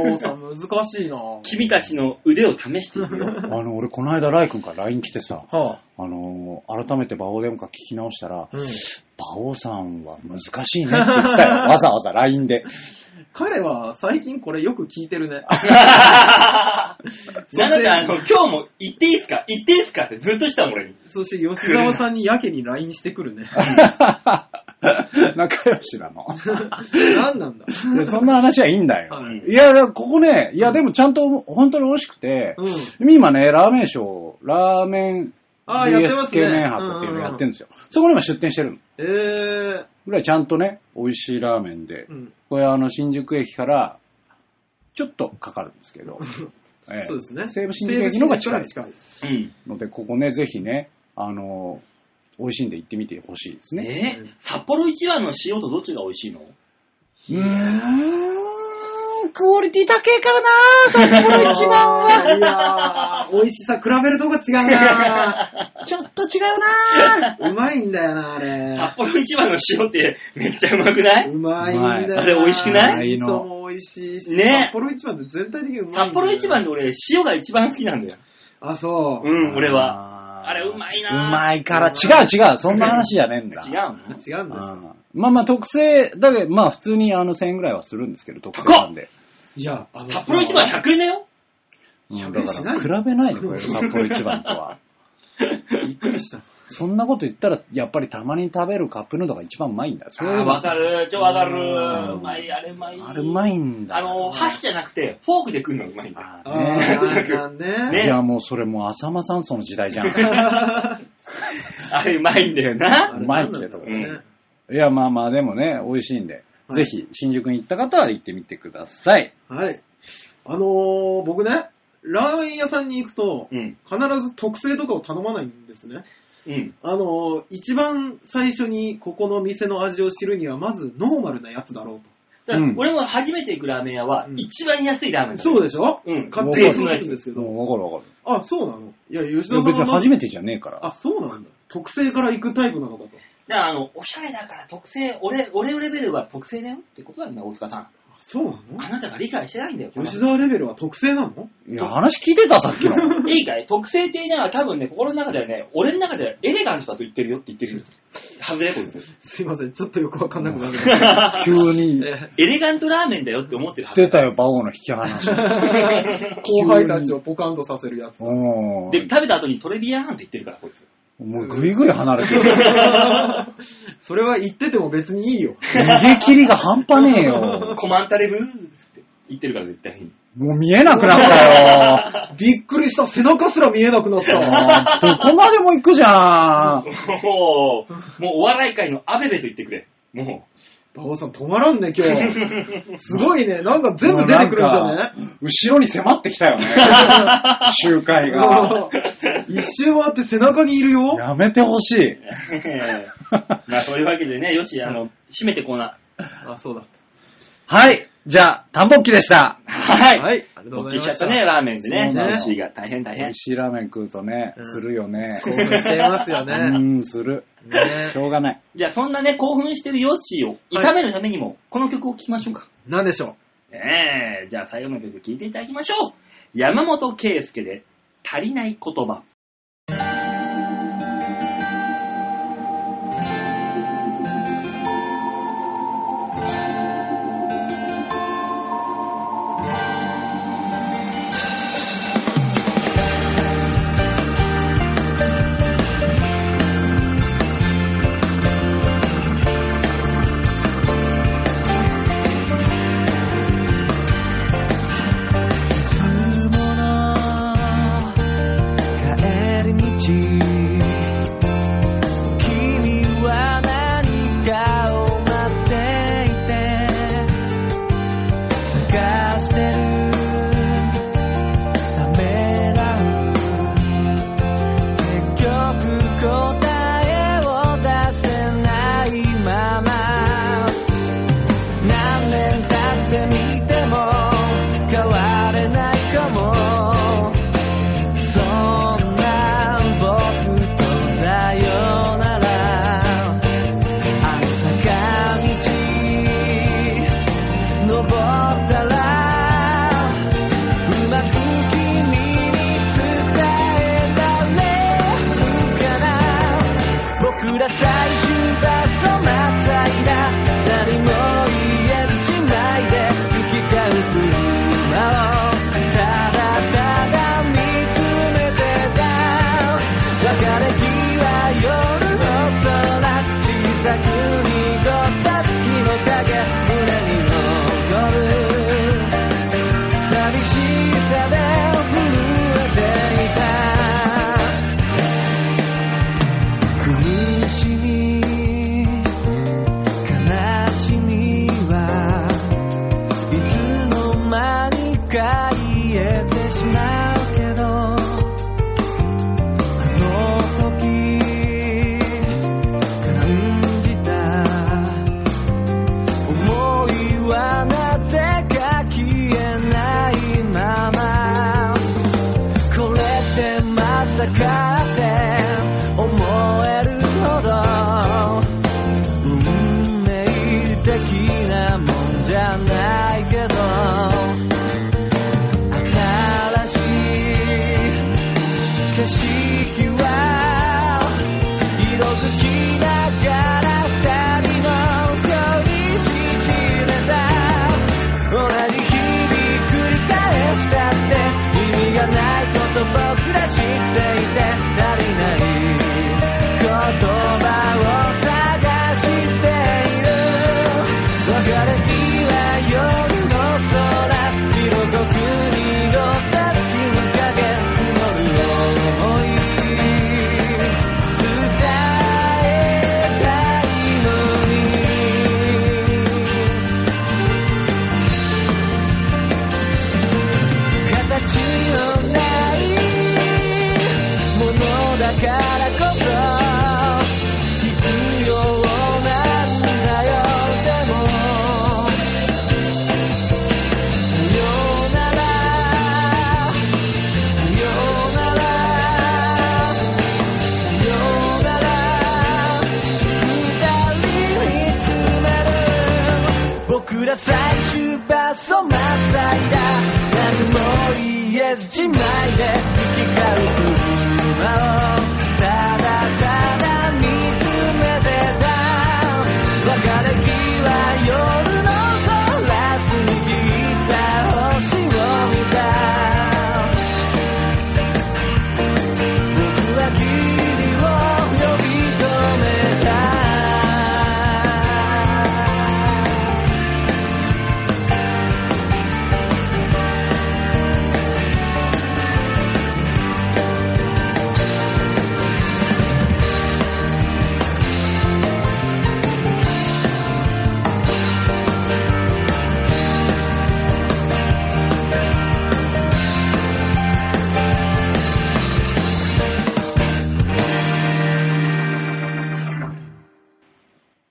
E: 馬王さん、難しいなぁ。
B: 君たちの腕を試してみよ
D: あ
B: う。
D: の、俺、この間、ライ君から LINE 来てさ、
E: は
D: あのー改めて馬王電化聞き直したら
E: あ、う、ん。
D: 馬王さんは難しいねって言ってたよ。わざわざ LINE で。
C: 彼は最近これよく聞いてるね。そ
B: な
C: し
B: ん
C: て
B: だってあの、今日も言っていいっすか言っていいっすかってずっとしたもん、俺に。
C: そして吉沢さんにやけに LINE してくるね。
D: 仲良しなの。
C: 何なんだ
D: でそんな話はいいんだよ。
C: はい
D: いや、だからここね、いや、でもちゃんと本当に美味しくて、
C: うん。
D: 今ね、ラーメンショー、ラーメン
C: あーやってま
D: GS
C: すね
D: 系麺博っていうのやってるんですよ。そこに今出店してるの。
C: えー、
D: ぐらいちゃんとね、美味しいラーメンで、
C: うん。
D: これあの、新宿駅から、ちょっとかかるんですけど、ええ
C: そうですね。
D: 西武新宿駅の方が近い
C: 西武新宿から近いです。
B: うん。
D: ので、ここね、ぜひね、あの、美味しいんで行ってみてほしいですね。
B: ねえ、札幌一番の塩とどっちが美味しいの
D: うーん、クオリティ高いからな札幌一番
C: いやー、美味しさ比べるとこ違うな
D: ちょっと違うな
C: うまいんだよな、あれ。
B: 札幌一番の塩ってめっちゃうまくないう
C: まいんだよな。
B: あれ美味しくない
C: 味噌も美味しいし。
B: ね
C: 札幌一番って全体的にうまいんだよ。
B: 札幌一番で俺、塩が一番好きなんだよ。
C: あ、そう。
B: うん、俺は。
D: は
B: あれうまいな
D: うまいから、違う違う、そんな話じゃねえんだ。
B: 違うの
C: 違うんですよ。
D: あーまあまあ特製、だけどまあ普通にあの1000円ぐらいはするんですけど、特製なんで。
C: いや、あの
B: 札幌一番100円だよ
D: うん、
C: 100
D: だ
C: 円
D: か
C: しな
D: ら
C: い
D: 比べないでこれ、札幌一番とは。
C: びっく りした。
D: そんなこと言ったら、やっぱりたまに食べるカップヌードルが一番うまいんだよ。そ
B: あ
D: れは
B: ーわかる、超わかる。
D: うん
B: うまい、あれうまい。
D: あれうまいんだ。
B: あの、箸じゃなくて、フォークで食うのがうまいんだよ。
D: あ
C: あ
D: ーね
C: ー、ね。
B: ね
D: いやもうそれもう浅間山荘の時代 じゃん。
B: あれうまいんだよな。
D: うまいけど。
B: う
D: い
B: ん。
D: やまあまあでもね、美味しいんで、
C: はい
D: ぜひ新宿に行った方は行ってみてください。
C: はい。あのー、僕ね、ラーメン屋さんに行くと、
B: うん。
C: 必ず特製とかを頼まないんですね。
B: うん。
C: あのー、一番最初にここの店の味を知るには、まずノーマルなやつだろ
B: だから
D: うん
B: 俺も初めて行くラーメン屋は
C: う、ん
B: 一番安いラーメン
C: う
B: だ
C: と。そう
B: で
C: でしょ
B: うん。
C: 買
D: っ
C: ってて
D: やつ
C: くるんですけど。
D: もうわかるわか
C: あ、そうなのいや、吉
D: る。
C: 田
D: 別
C: さん
D: に
C: は
D: 初めてじゃねえから。
C: あ、そうなんだ。特製から行くタイプなのかと。
B: だからあの、おしゃれだから特製、俺、俺レベルは特製だよってことなんだ、大塚さん。
C: あそうな
B: あなたが理解してないんだよ。
C: の吉沢レベルは特製なの
D: いや、話聞いてたさっきの。
B: いいかい特性って言いながら多分ね、心の中ではね、俺の中ではエレガントだと言ってるよって言ってるはずだよ、こいつ。
C: すいません、ちょっとよくわかんなくな る。
D: 急に
C: え
B: エレガントラーメンだよって思ってるはずだ
D: 出
B: よ。
D: たよ、馬王の引き離 し。
C: 後輩たちをポカンとさせる やつ。
D: うん。
B: で、食べた後にトレビアンって言ってるから、こいつ。
D: もうぐいぐい離 れてる。
C: それは言ってても別にいいよ。
D: 逃げ切りが半端ねえよ。
B: コマンタレブーっつって言ってるから、絶対に。
D: もう見えなくなったよ。
C: びっくりした、背中すら見えなくなった。
D: あーどこまでも行くじゃん。
B: もう、もうお笑い界のアベベと言ってくれ。も
C: バオさん止まらんね、今日。すごいね、なんか全部出てくるんじゃね
D: もうなんか後ろに迫ってき たよね。集会が。
C: 一周回って背中にいるよ。
D: やめてほしい。
B: う。 まあ、そういうわけでね、よし、あの、締めてコーナ
C: あ、そうだ。
D: はい。じゃあ、田んぼっきでした。
B: ー。はい。
C: はい、ありがと
B: 勃
C: うござ
B: 起
C: い
B: しち
C: ま
B: ゃっ
C: したた。
B: ね、ラーメンでね。
D: そう
C: ね
B: 楽しいが大変大
D: 美
B: 変
D: 味。しいラーメン食うとね、
C: うん
D: するよね。
C: 興奮しちゃいますよ
D: う
C: ね。
D: ん、する。
C: ね
D: しょうがない。
B: じゃあ、そんなね、興奮してるヨッシーを痛めるためにも、この曲を聴きましょうか。
C: なんでしょ
B: ええじゃあ最後の曲聴いていただきましょう。山本圭介で足りない言葉。
A: 帰寂しさで震えていた苦しみ悲しみはいつの間にか言えてしまうけどあの時感じた思いはなぜか消えないままこれってまさかって思えるほど運命的なもんじゃないけど新しい景色は色づきながら二人の恋路縮れた同じ日々繰り返したって意味がないこと僕ら知っていて足りない言葉を探している別れ際夜の空色濃く濁った月の影募る想い伝えたいのに形のないものだからこそ必要なんだよでもさようならさようならさようなら二人見つめる僕ら最終バスをまたいだ何も言えずじまいで行き交う車をただただ見つめてた別れ際夜の空すぎた星を見た僕は君を呼び止めた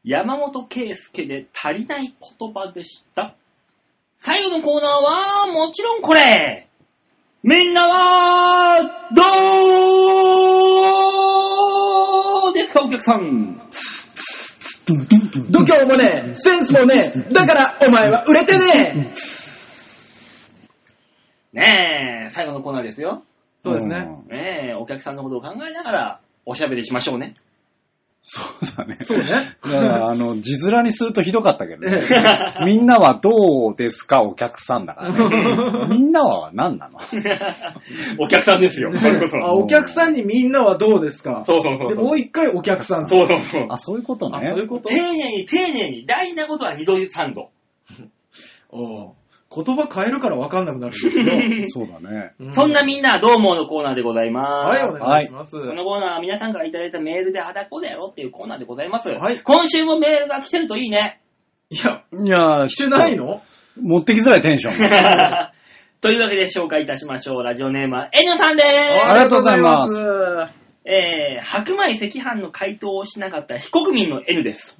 B: 山本圭介で足りない言葉でした。最後のコーナーは、もちろんこれみんなは、どうですか、お客さん
C: 度胸もねえ、センスもねえ、だからお前は売れてねえ
B: ねえ、最後のコーナーですよ。
C: そうですね。
D: ん
B: ねえ、お客さんのことを考えながら、おしゃべりしましょうね。
D: そうだね。
C: そうね。
D: だから、あの、字面にするとひどかった けどね。みんなはどうですか、お客さん だからね。みんなは何なの
B: お客さんですよ、これこ そ。
C: あ、お客さんにみんなはどうですか
B: そうそうそうそう
C: で、もう一回お客さん。
B: そうそうそう。
D: あ、そういうこと
C: あ、
D: ね
C: そうい。うこと
B: 丁寧に丁寧に、大事なことは二度三度。
C: おう言葉変えるから分かんなくなるんですけど。
D: そうだね。
C: う
B: そんなみんなはどう思うのコーナーでございます。
C: はい、お願いします。
B: このコーナーは皆さんからいただいたメールで裸だやろっていうコーナーでございます。
C: はい
B: 今週もメールが来てるといい ね。
C: いや、
D: いやー、
C: 来てないの
D: 持ってきづらいテンション。
B: というわけで紹介いたしましょう。ラジオネームはエニョさんで。
D: ありがとうございます
C: ありがとうございます
B: えー、白米赤飯の回答をしなかった非国民の N です。
C: す。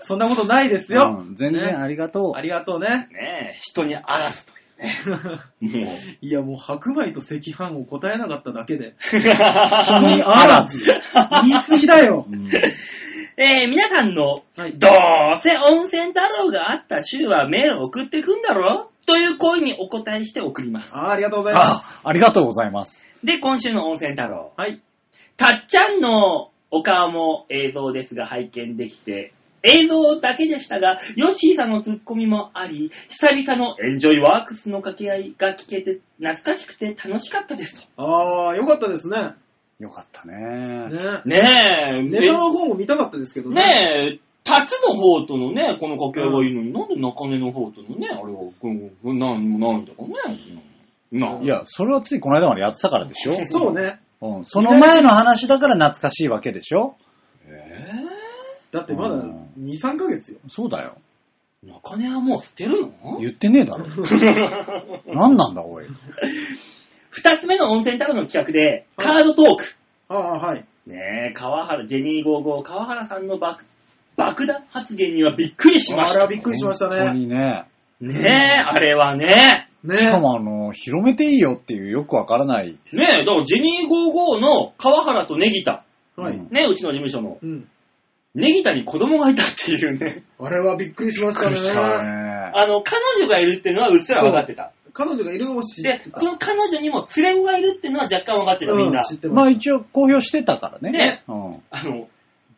C: そんなこと ないですよ。
D: うん全然ありがと
C: ありがとうね。
B: ねえ、人に荒らすと いうね。 もう。
C: いや、もう白米と赤飯を答えなかっただけで。
D: う。
C: にあらず。言い過ぎだよ
D: う。ん
B: えー、皆さんの
C: はい
B: どうせ温泉太郎があった週はメール送ってくんだろという声にお答えして送ります。
C: あありがとうございます。
D: あ、ありがとうございます。
B: で、今週の温泉太郎。
C: はい。
B: たっちゃんのお顔も映像ですが拝見できて、映像だけでしたが、ヨッシーさんのツッコミもあり、久々のエンジョイワークスの掛け合いが聞けて、懐かしくて楽しかったです
C: ああ、よかったですね。
D: よかったね。
C: ね
B: と。ねえ、
C: ネタの方も見たかったですけど
B: ねえ、タツの方とのね、この掛け合いがいいのに、なんで中根の方とのね、あれは、うんなん、なんだかね。なあ
D: いや、それはついこの間までやってたからでしょ
C: そうね。
D: うん、その前の話だから懐かしいわけでしょ
B: え
C: だってまだ
D: うん
C: 2、3ヶ月よ。
D: そうだよ。
B: ぇ、中根はもう捨てるの
D: 言ってねえだろ。何なんだ、おい。
B: 二つ目の温泉太郎の企画で、カードトーク。
C: ああ、はい。
B: ねえ、川原、ジェニー55、川原さんの爆、爆弾発言にはびっくりしまし
C: あ
B: た。
C: ら、
B: ね
C: びっくりしました
D: 本当
C: ね。
D: にね。
B: え、あれはね。
C: ね
D: しかも、あの、広めていいよっていうよくわからない。
B: ねえ、だからジェニー55の川原とネギタ。
C: は
D: う
C: い
D: ん。
B: ねえ、うちの事務所の。
C: うん。
B: ネギタに子供がいたっていうね。
C: あれはびっくりしました
D: びっくりした
C: ね。
D: ね。
B: あの、彼女がいるっていうのはうっすら分かってた。
C: 彼女がいるのも知っ
B: で
C: て、た
B: こ。の彼女にも連れ子がいるっていうのは若干分かってた、みんな
C: う。知って
D: ま
C: ま
D: あ
C: す。
D: 一応公表してたからね。
B: ね
D: うん。
B: あの、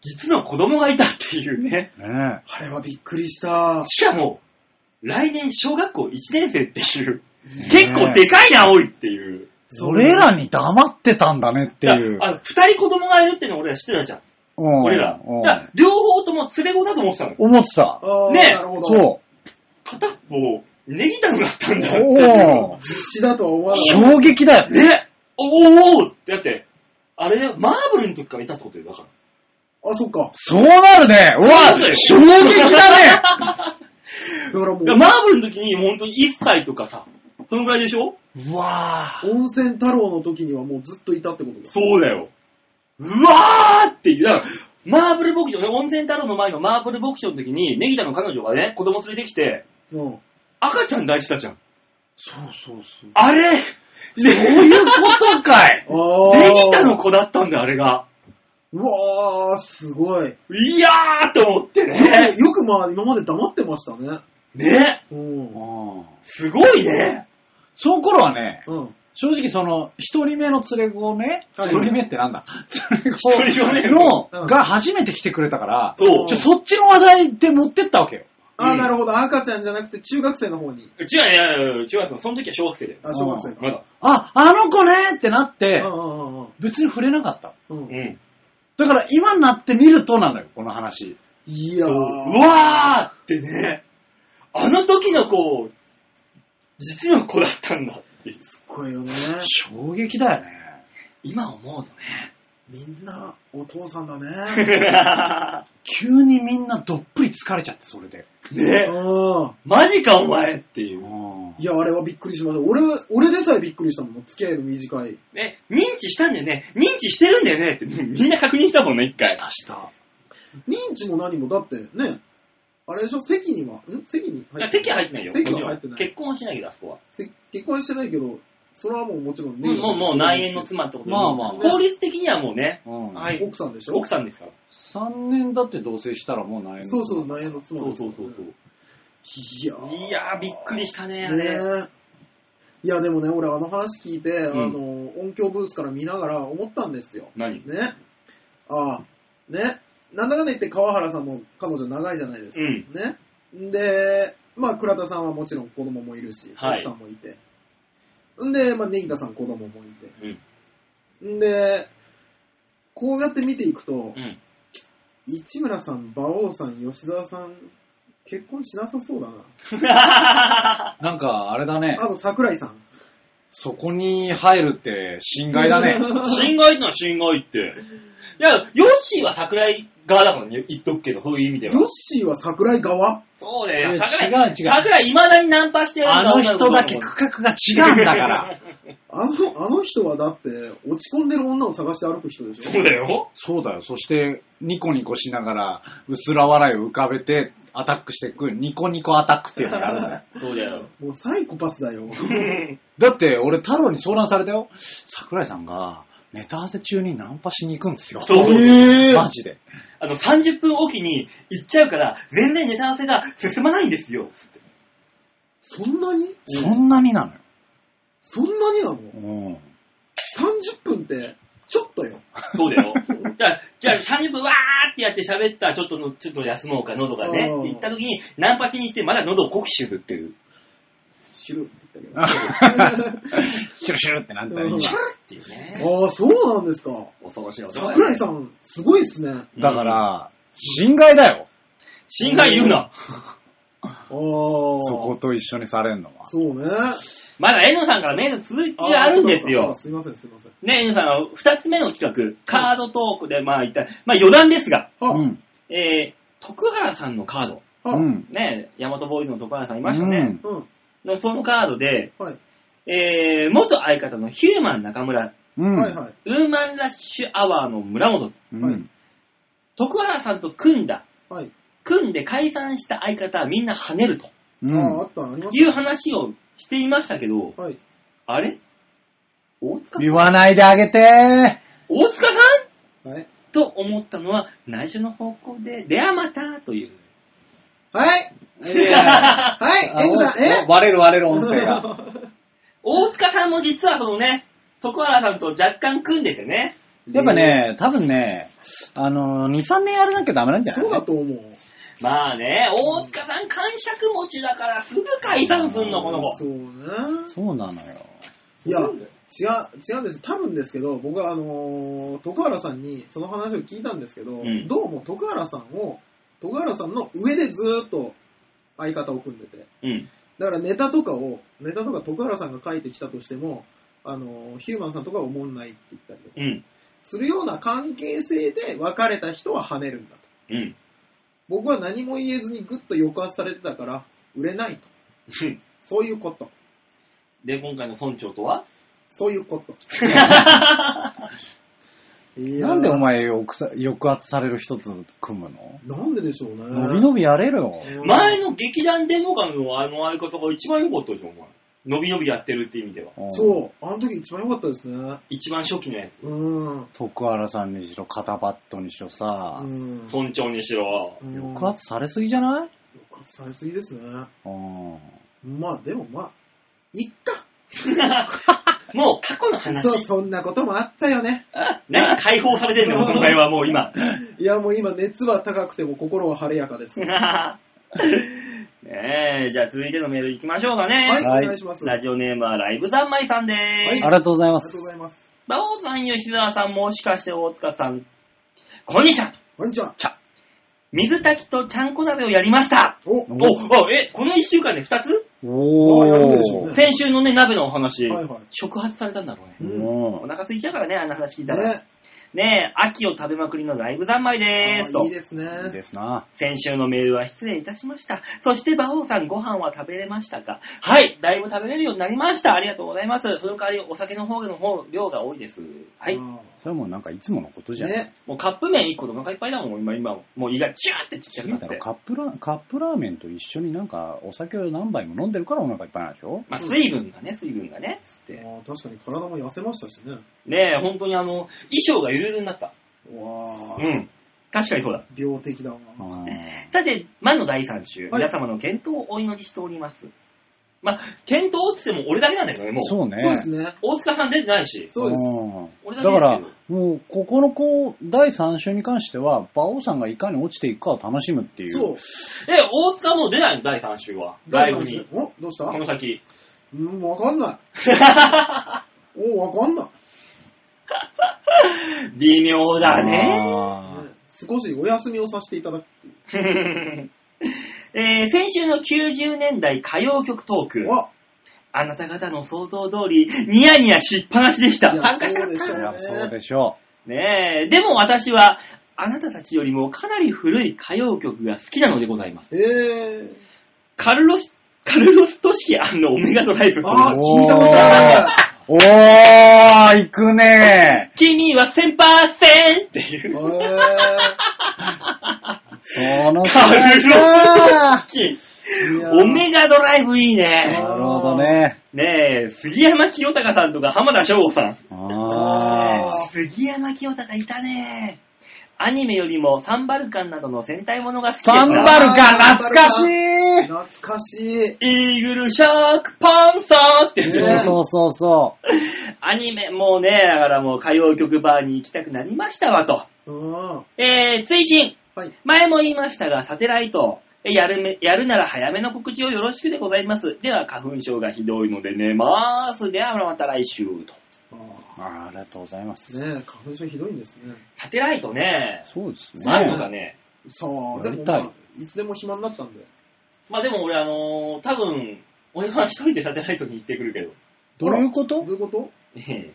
B: 実の子供がいたっていうね。
D: ね
C: あれはびっくりした。
B: しかも、来年小学校1年生っていう、
D: え。
B: 結構でかいな、おいっていう。
D: それらに黙ってたんだねっていう。
B: あの、二人子供がいるっていうのは俺ら知ってたじゃん。
D: うん
B: 俺ら。
D: うん
B: だから両方とも連れ子だと思ってたの。
D: 思ってた。
C: ああ、
B: ね
C: なるほど。
D: そ
B: 片っぽ、ネギタンだったん
D: う。
B: だっていう
D: お。ー
C: 実施だとは思わなかった。
D: 衝撃だよ。
B: ねおおおだって、あれだよ、マーブルの時からいたってことよ、だから。
C: あ、そっか。
D: そうなるね。うわ
B: そうだよ
D: 衝撃だね
C: だからも
B: いやマ
C: う、
B: ーブルの時に本当に1歳とかさ、そのぐらいでしょ
D: うわぁ。
C: 温泉太郎の時にはもうずっといたってことだ。
B: そうだよ。うわーっていう。だから、マーブル牧場ね、温泉太郎の前のマーブル牧場の時に、ネギタの彼女がね、子供連れてきて、
C: うん。
B: 赤ちゃん抱いてたじゃん。
C: そうそうそう。
B: あれそういうことか い
C: ああ。
B: ネギタの子だったんだよ、あれが。
C: うわー、すごい。よ
B: いやーって思ってね。
C: く、よくまあ今まで黙ってましたね。
B: ね。
C: うん。
B: すごいね。
D: その頃はね、
C: うん。
D: 正直その、一人目の連れ子をね、一
C: はい
D: 人目ってなんだ連れ
B: 一人目ね
D: 子の、
C: うん
D: が初めて来てくれたから、
B: そう。
D: ちょ、そっちの話題で持ってったわけよ。
C: あ
B: う
C: あ、
B: ん
C: なるほど。赤ちゃんじゃなくて中学生の方
B: 違
C: に。
B: う、いやいやいや、違う、その時は小学生だよ。
C: あ、小学生か。
B: まだ。
D: あ、あの子ねってなって
C: う、んうんうん
D: 別に触れなかった。
C: うんうん。
B: ん。
D: だから今になってみるとなんだよ、この話。
C: いやー。
B: うわーってね、あの時の子、実の子だったんだっていう。
C: すっごいよね。
D: 衝撃だよね。
B: 今思うとね。
C: みんな、お父さんだね。
B: ね
D: 急にみんなどっぷり疲れちゃって、それで。
C: うん。
B: マジかお前っていうう。
D: ん
C: いや、あれはびっくりしました。俺、俺でさえびっくりしたもん。付き合いの短い。
B: ね、認知したんだよね。認知してるんだよねって、みんな確認したもんね、一回。
D: したした。
C: 認知も何も、だってね、あれでしょ、席には、ん席に
B: いや席は入ってないよ。
C: 席は入って
B: もちろん
C: ない。
B: 結婚はしないけど、あそこは。
C: せ結婚はしてないけど、それはもうもちろん
B: もう、もう、もう内縁の妻ってことで
D: まあまあ
B: 法律的にはもうね、
D: うん
B: はい
C: 奥さんでしょ
B: 奥さんですから。
D: 3年だって同棲したらもうないの
C: そうそう、内縁の妻。
B: そうそうそうそう。
C: いやー。
B: いやー、びっくりしたね、あ
C: ね
B: れ。
C: えいや、でもね、俺あの話聞いて、
B: うん
C: あの、音響ブースから見ながら思ったんですよ。
B: 何
C: ね。ああ、ね。なんだかんだ言って川原さんも彼女長いじゃないですか。
B: うん
C: ね。んで、まあ倉田さんはもちろん子供もいるし、
B: はい
C: 奥さんもいて。んで、まあネギタさん子供もいて。
B: うん。
C: んで、こうやって見ていくと
B: う、ん。
C: 市村さん、馬王さん、吉沢さん、結婚しなさそうだ な。
D: なんか、あれだね。
C: あと桜井さん。
D: そこに入るって、侵害だね。
B: 侵害ってのは侵害って。いや、ヨッシーは桜井側だもんね、言っとくけど、そういう意味で
C: ヨッ
B: は。
C: シーは桜井側
B: そうだよ、
D: え
B: 桜井。
D: 違う違う
B: 桜井、未だにナンパしてるん
D: あの人だけ
B: 女の
D: 区画が違うんだから。
C: あの、あの人はだって、落ち込んでる女を探して歩く人でし
B: 子
C: ょ
B: そうだよ。
D: そうだよ。そして、ニコニコしながら、薄ら笑いを浮かべて、アタックしていく、ニコニコアタックっていうのがあるんだよ。
B: そうだよ。
C: もうサイコパスだよ。
D: だって、俺、太郎に相談されたよ。桜井さんが、ネタ合わせ中にナンパしに行くんですよ。
B: そう
D: えーマジで。
B: あの、30分おきに行っちゃうから、全然ネタ合わせが進まないんですよ。つって
C: そんなに
D: そんなになのよ。
C: そんなになの
D: うん。
C: ?30 分って、ちょっとよ。
B: そうだよ。じゃあ、じゃあ30分わーってやって喋ったら、ちょっとの、ちょっと休もうか、喉がね。
C: うん
B: って言った時に、ナンパしに行って、まだ喉を酷使するっていう。
C: 知るって言ったけど。
D: シュルシュルってなった
C: う
D: よ
C: ん。
B: っていうね。
C: ああ、そうなんですか。
B: 恐ろしい男だよ
C: 桜井さん、すごいっすね。
B: うん
D: だから、侵害だよ。
B: 侵害言うな。
C: ああ。そ
D: そこと一緒にされんのは。
C: そうね。
B: まだ N さんからメール続きがあるんです
C: あ
B: よ。
C: すいません、すいません。
B: ね、N さんは二つ目の企画、カードトークで、まあ一体、まあ余談ですが、
C: あ、
D: うん。
B: えー、徳原さんのカード、
C: あ、
D: う
C: うん。
D: ん。
B: ね、ヤマトボーイズの徳原さんいましたね。
C: うん。
B: のそのカードで、
C: はい。
B: えー、元相方のヒューマン中村、
D: うん。
C: はいはい。
B: ウーマンラッシュアワーの村本、
D: うん。
C: はい
B: 徳原さんと組んだ、
C: はい。
B: 組んで解散した相方はみんな跳ねると
D: う
C: ああ、あ
D: ん。
C: った、ありま
B: いう
C: し
B: 話をしていましたけど、
C: た。はい。
B: あれ大塚さん
D: 言わないであげて
B: 大塚さん
C: はい。
B: と思ったのは内緒の方向で、レアマタという。
C: はい。はい。エンジさん、え
D: 割れる割れる音声が。
B: 大塚さんも実はそのね、徳原さんと若干組んでてね。
D: やっぱね、多分ね、あのー、2、3年やらなきゃダメなんじゃない
C: そうだと思う。
B: まあね、大塚さん感触持ちだからすぐ解散すんの、この子
C: そ。うね。
D: そうなのよ。
C: いや、違う、違うんです。多分ですけど、僕はあのー徳原さんにその話を聞いたんですけど、
B: うん
C: どうも徳原さんを、徳原さんの上でずーっと相方を組んでて、
B: うん。
C: だからネタとかを、ネタとか徳原さんが書いてきたとしても、あのーヒューマンさんとかはおもんないって言ったりとか
B: うん。
C: するような関係性で別れた人は跳ねるんだと。
B: うん。
C: 僕は何も言えずにぐっと抑圧されてたから、売れないと。そういうこと。
B: で、今回の村長とは
C: そういう こと。いやー
D: なんでお前抑さ抑圧される人と組むの
C: なんででしょうね。
D: 伸び伸びやれるよ。
C: うん
B: 前の劇団デモ館のあの相方が一番良かったじゃん、お前。伸び伸びやってるって意味では。
D: うん
C: そう、あの時一番良かったですね。
B: 一番初期のやつ。
C: うん。うん。
D: 徳原さんにしろ、肩バットにしろさ、
B: 村長にし ろ。
C: うん
D: 抑圧されすぎじゃない
C: 抑圧されすぎですね。
D: うん。
C: まあ、でもまあ、いっか。
B: もう過去の話。
C: そう、そんなこともあったよね。
B: なんか解放されてんのよ、この辺はもう 今。
C: いや、もう今熱は高くても心は晴れやかです。は
B: ねえ、じゃあ続いてのメール行きましょうかね。
C: い、お
D: はい
C: 願いします。あ
B: ラ
C: り
B: ジオネームはライブ三昧さんで
D: あ
B: す。
D: り
C: はい
D: がとうございま
C: がとうござ
D: す。
C: います。
B: 馬王さん、吉沢さん、もしかして大塚さん。こんにちは。
C: こんにちは。
B: 水炊きとちゃんこ鍋をやりました。
C: お、
B: お、お、え、この一週間で二つ
D: お
C: あやるでしょうね
B: 先週のね、鍋のお話、
C: はいはい
B: 触発されたんだろうね。
C: う
B: お
D: も
B: 腹空いちゃうからね、あんな話聞いたら。ね
C: ね、
B: え、秋を食べまくりのライブ三昧でーす
C: あ
B: と。
C: いいですね。
D: う、いいですな。
B: 先週のメールは失礼いたしました。そして、馬王さん、ご飯は食べれましたかはい、だいぶ食べれるようになりました。ありがとうございます。その代わり、お酒の方の方、量が多いです。はい。
C: あ
D: それはもうなんかいつものこと
C: ー
D: じゃん。
C: ね、
B: もうカップ麺1個でお腹いっぱいだもん、今、今、もう胃がチューってちっちゃ
D: そ
B: く
D: う
B: な
D: だ
B: っ
D: ろ
B: て。
D: カップラカップラーメンと一緒になんかお酒を何杯も飲んでるからお腹いっぱいなんでしょ
B: まあ、水分がね、水分がね、つっ
C: あ
B: て。
C: ー確かに体も痩せましたしね。
B: ねえ、本当にあの、衣装がゆるゆるになった。
C: わ
B: う
C: ー、
B: ん。確かにそうだ。
C: 病的だわ。
D: うん
B: さて、魔の第3週、
C: はい
B: 皆様の検討をお祈りしております。まあ、検討って言っても俺だけなんだけどね、もう。
D: そうね。
C: そうですね。
B: 大塚さん出てないし。
C: そうです。
D: うん
B: 俺
D: だ
B: だけですけど
D: から、もう、ここのこう、第3週に関しては、馬王さんがいかに落ちていくかを楽しむっていう。
C: そう。
B: え、大塚はもう出ないの、第3週は。ライブに。。
C: お、どうした
B: この先。
C: うん、わかん ない。お、わかんない。
B: 微妙だね。
D: あ
C: ね少しお休みをさせていただくっていう。
B: えー先週の90年代歌謡曲トーク。
C: あ、
B: あなた方の想像通り、ニヤニヤしっぱなしでした。
C: いや
B: 参加した
C: そうでしょ
D: ーいうや、
C: ね
D: そうでしょ
B: ねえ。でも私は、あなたたちよりもかなり古い歌謡曲が好きなのでございます。
C: え え
B: カルロス、カルロストシキオメガドライブ
C: ー。
B: とい
C: あー、
B: う。
C: 聞いたことあ
D: う。おー、行くね
B: 君は1000%って いう。
C: る。え
D: その
B: カル
D: 世
B: ロ
D: 代
B: ス
D: か
B: ト式
C: ーいやー
B: オメガドライブいいね。
D: なるほどね。
B: ねえ、杉山清隆さんとか浜田省吾さん。
D: あ
C: あ
B: 杉山清隆いたね。アニメよりもサンバルカンなどの戦隊ものが好き
D: ー。
B: ですな
D: サンバルカ、懐かしい
C: 懐かしい。
B: イーグルシャークパンサーってやつ
D: そうそうそうそ
B: アニメ、もうね、だからもう歌謡曲バーに行きたくなりましたわと。
C: うん。は
B: えー、追伸。
C: い。
B: 前も言いましたが、サテライト。えやるめ、やるなら早めの告知をよろしくでございます。では、花粉症がひどいので寝まーす。では、また来週と。
C: あ
D: う。あーありがとうございます。
C: ーねえ、花粉症ひどいんですね。
B: サテライトね、
D: そうですね。
B: 前とかね、
C: さあ、
D: や
C: で
D: り
C: も、
D: た
C: ま
D: い
C: あ、いつでも暇になったんで。
B: まあでも俺あのー、多分、俺は一人でサテライトに行ってくるけど。
D: どういうこ
C: ど
D: と
C: ういうこと
B: ええ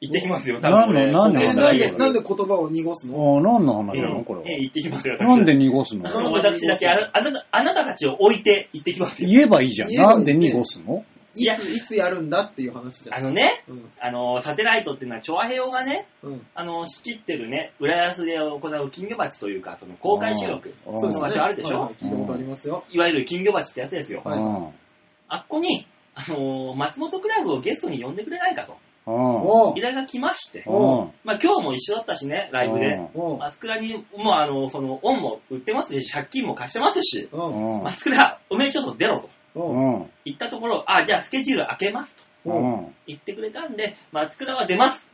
B: 行ってきますよ、多分俺。
D: なんで
C: え、
D: ん
C: な
D: だ
C: ん
D: よ
C: で、なんで言葉を濁すの
D: ああ、何の
B: え
D: 話
B: え
D: なのこれは
B: ええ。行ってきますよ、私
D: なんで濁すの
B: その私だけあなあなた、あなたたちを置いて行ってきますよ。
D: 言えばいいじゃん。
C: 言えばいい
D: なんで濁すの
C: い
B: いや
C: つ、いつやるんだっていう話じゃ
B: あ
C: ん。
B: のね、
C: うん。
B: あのー、サテライトっていうのは、チョアヘヨがね、
C: うん。
B: あのー、仕切ってるね、浦安で行う金魚鉢というか、その公開収録
D: ああ
C: そうです
B: の場所あるでしょ
C: はいはい聞いたことありますよ。
B: いわゆる金魚鉢ってやつですよ。
C: はいう
B: あっこに、あのー松本クラブをゲストに呼んでくれないかと、
D: ん。うん。
C: おう
B: 依頼が来まして、
D: うん
B: まあ今日も一緒だったしね、ライブで。
C: おう
B: マスクラに、もうあの、その、恩も売ってますし、借金も貸してますし、
C: う。
D: うんん。
B: マスクラ、おめえちょっと出ろと
D: う。
C: おうん
B: 言ったところ、あ、じゃあスケジュール開けますと
D: う。
C: おうん
B: 言ってくれたんで、マスクラは出ます。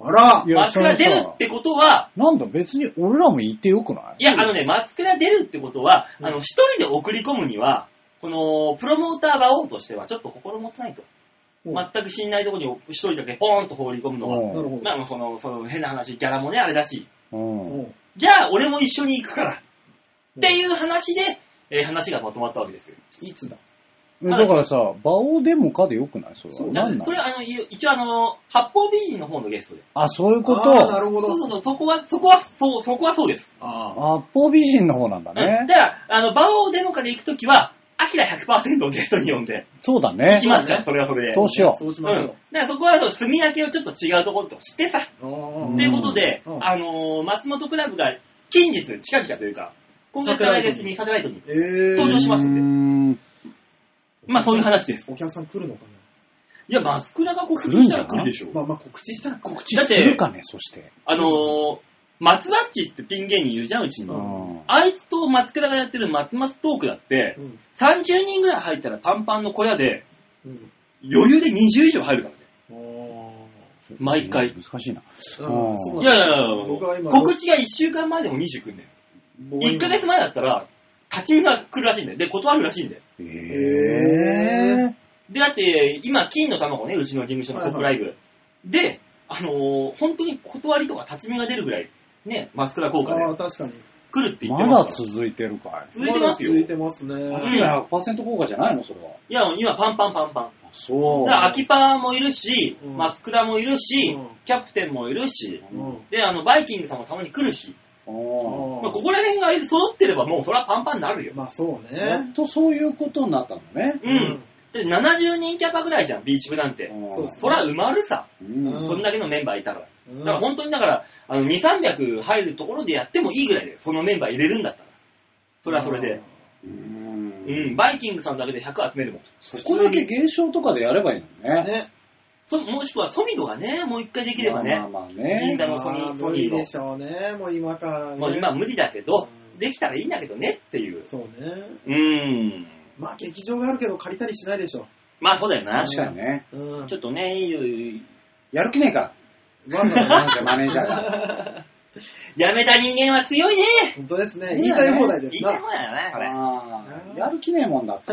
C: あら
D: いや
B: マスクラ
D: そ
B: 出
D: れ
B: る
D: さ
B: ってことは、
D: なんだ、別に俺らも言ってよくない
B: いや、あのね、マスクラ出るってことは、
C: うん
B: あの、一人で送り込むには、この、プロモーター馬王としてはちょっと心もとないと。
C: うん
B: 全く信頼ところに一人だけポーンと放り込むのは、
D: うん
C: なるほ
B: まあ、その、その変な話、ギャラもね、あれだし、
D: うん
C: ど。おう
B: じゃあ、俺も一緒に行くから、っていう話で、えー話がまとまったわけですよ。
C: いつだ
D: えだからさ、場をでもかでよくないそれ
C: そう
D: は。
B: だから
D: なんな
B: そ
D: の
B: れは、あの、い一応、あの、八方美人の方のゲストで。
D: あ、そういうこ
C: あーな
D: と。
C: るほ
B: そ
C: ど
B: う。そうそう、そこは、そこは、そう、そこはそうです。
C: あ
D: アッポ美人の方なんだ
B: うん
D: ね
B: だ。から、あの、馬王デモカで行くときは、アキラ100%をゲストに呼んで、
D: そうだ
B: 行
D: ね
B: き。ますから、それはそれで。
D: そうしよ
C: そうし
B: うん。
C: ま
B: だ
C: し
B: か
C: ょ
B: らそこは、住み分けをちょっと違うところとしてさ、
C: う。
D: う
C: お
D: ん
B: ということで、
C: うん
B: あのー松本クラブが近日、近々というか、今月から来月にサテライトに、
C: えー
B: 登場しますんで
D: うーん
B: まあそういう話です。
C: お客さん来るのか
B: いや、マスクラが告知
D: 来るん
B: し
D: じ
B: た
D: ゃな
B: ら
D: い
B: 来るでしょ
C: な。。まあまあ告知したら告知。
D: 口するかね、そして。
B: あのー、松バッチってピン芸人いるじゃん、うちに。
C: うん
B: あいつと松倉がやってる松松トークだって
C: う、ん。
B: 30人ぐらい入ったらパンパンの小屋で、
C: うん。
B: 余裕で20以上入るからね。
C: お
B: 毎回
D: 難しいな。
C: ー
D: うん
C: そう
B: いや
C: なん
B: い
C: だ
B: やいや
C: 僕は、今
B: 告知が1週間前でも20来んだよ。
C: 僕は
B: 1
C: 今
B: ヶ月前だったら、立ち見が来るらしいんだよ。で、断るらしいんだよ。
D: え
C: え
D: え。
B: で、だって、今、金の卵ね、うちの事務所のトップライブ。で、あのー、本当に断りとか立ち見が出るぐらい、ね、松倉効果で
C: ああ、確かに。
B: 来るって言って
D: ま
B: ま
D: だ
B: すから。
D: 続いてるかい
B: 続いてますよ。
C: だ続い
B: い
C: てますね。
B: ん
D: 100%効果じゃないのそれは。
B: や、今、パンパンパンパン。
D: そ
B: だから、秋葉もいるし、
C: うん
B: 松倉もいるし、
C: うん
B: キャプテンもいるし、
C: うん
B: で、あの、バイキングさんもたまに来るし、
D: ほ
B: まあ、ここら辺が揃ってればもう、それはパンパンになるよ。
C: まあそう
D: やっ
C: ね。
D: とそういうことになったのね。
B: うん。で、70人キャパぐらいじゃん、ビーチ部なんて。
D: ん
C: そうっす
B: そら埋まるさ、
D: うん
C: うん
B: そんだけのメンバーいたら。
C: うん
B: だから本当にだから、あの、2、300入るところでやってもいいぐらいだよ。そのメンバー入れるんだったら。それはそれで。。うん、バイキングさんだけで100集めるもん。
D: そこだけ減少とかでやればいいのね。
C: ね。
B: そもしくはソミドがね、もう一回できればね。
D: まあまあまあ
B: いいん
D: ね。
B: だろう、ソ
C: まあ
B: ミソ
C: 無
B: ミ
C: 理
B: ド
C: で。しょうね。もう今からね。
B: もう今は無理だけど、
C: うん
B: できたらいいんだけどねっていう。
C: そうね。
B: うーん。
C: まあ劇場があるけど借りたりしないでしょ。
B: まあそうだよな。
D: 確かにね。
C: うん
B: ちょ。っとね、いいよ
D: やる気ねえから。
C: わざわざ
D: なんかマネージャ ーが。
B: やめた人間は強いね。
C: 本当 ですね。
D: い
C: 言
D: い
C: い
D: よね
C: たい放題で
B: い
C: す
B: い
C: な。
B: 方だよね、これ。
D: あーやる気ねえもんだって。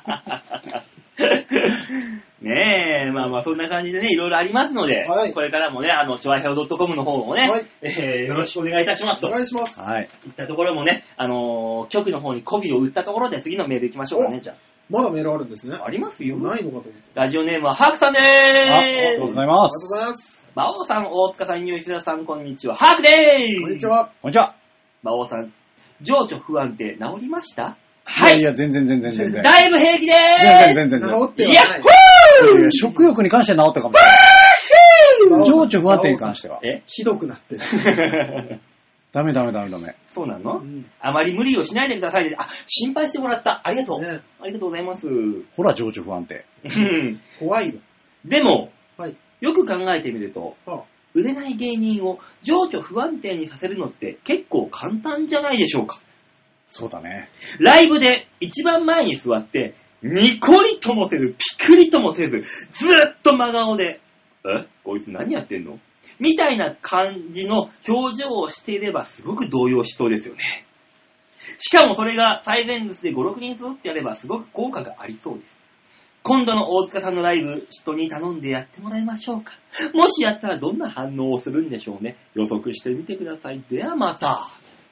B: ねえ、まあまあそんな感じでね、いろいろありますので、
C: はい
B: これからもね、あの、ショアヘオ .com の方もね、
C: はい
B: えーよろしくお願いいたします
C: お
B: と
C: 願いします。
D: はい。
B: いったところもね、あのー局の方に媚びを売ったところで次のメール行きましょうかね、じゃ
C: まだメールあるんですね
B: あ。。ありますよ。
C: ないのかと思って。
B: ラジオネームはハークさんで
D: あありがと
B: ーす。
D: うござい
C: あり
D: ま
C: がとうご
D: す。
C: ざいます。
B: 馬王さん、大塚さん、吉田さん、こんにちは。ハークでーす。
C: こんにち。は。
D: こんにちは。
B: 馬王さん、情緒不安定治りました
D: いやいや、全然全然全然。
B: だいぶ平気でー
D: 全然全然全
C: 治
D: 然。
C: って
B: す。や
C: は
B: っ
C: ない
B: ほ。
D: いやいや食欲に関しては治ったかもしれない。情緒不安定に関しては
B: ー。え
C: ひどくなってる。
D: ダメダメダメダメ。
B: そうな
C: う
B: の
C: ん
B: あまり無理をしないでくださいね。あ、心配してもらった。ありがとう。
C: ね
B: ありがとうございます。うん
D: ほら、情緒不安定。
C: 怖いよ。
B: でも、
C: はい。
B: よく考えてみると、
C: あ
B: 売れない芸人を情緒不安定にさせるのって結構簡単じゃないでしょうか。
D: そうだね。
B: ライブで一番前に座って、ニコリともせず、ピクリともせず、ずーっと真顔で、えこいつ何やってんのみたいな感じの表情をしていればすごく動揺しそうですよね。しかもそれが最前列で5、6人揃ってやればすごく効果がありそうです。今度の大塚さんのライブ、人に頼んでやってもらいましょうか。もしやったらどんな反応をするんでしょうね。予測してみてください。ではまた。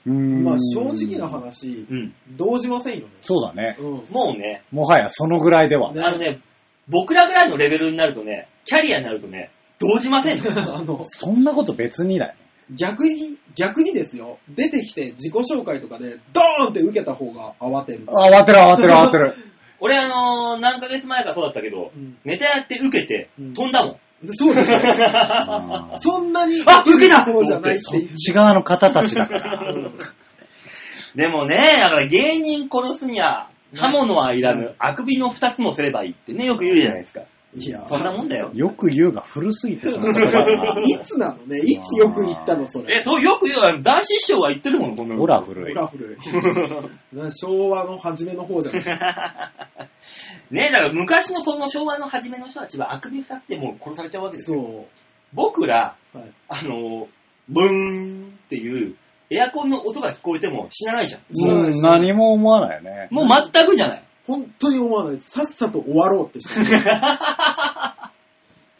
C: ま
D: ま
C: あ正直な。話、
B: うん。
C: 動じませんよね。
D: そうだね。
C: うん。
B: もうね、
D: もはやそのぐらいでは。
C: ね
B: あのね、僕らぐらいのレベルになるとね、キャリアになるとね、動じません よ。
C: あの、
D: そんなこと別にだよ。
C: 逆に、逆にですよ、出てきて自己紹介とかで、ドーンって受けた方が慌てる。
D: 慌てる慌てる慌て る。
B: 俺あのー、何ヶ月前かそうだったけど
C: う、ん
B: ネタやって受けて、
C: うん
B: 飛んだもん。
C: そ うでしょ。
D: あー
C: そんなに、
B: あ受けた
C: そうじゃないっ
D: そ
C: て
D: っ
C: いう。
D: ち側の方たちだから。
B: でもね、だから芸人殺すには、刃物はいらぬ、あくびの二つもすればいいってね、よく言うじゃないですか。
C: いや、
B: そんなもんだよ。
D: よく言うが古すぎてその言葉がな。
C: いつなのね、いつよく言ったの、そ
B: え、
C: れ。
B: そう、よく言う、あの男子師匠は言ってるもん、こんなの
D: ほら
C: ほ
D: 古い。
C: ら古い。な 昭和の初めの方じゃない。
B: ねえ、だから昔のその昭和の初めの人たちはあくび二つでもう殺されちゃうわけですよ。
C: そ
B: 僕ら、
C: う。はい。
B: あの、ブーンっていうエアコンの音が聞こえても死なないじゃん。
D: うん、何も思わないよね。
B: もう全くじゃ ない。
C: 本当に思わない。さっさと終わろうってし てる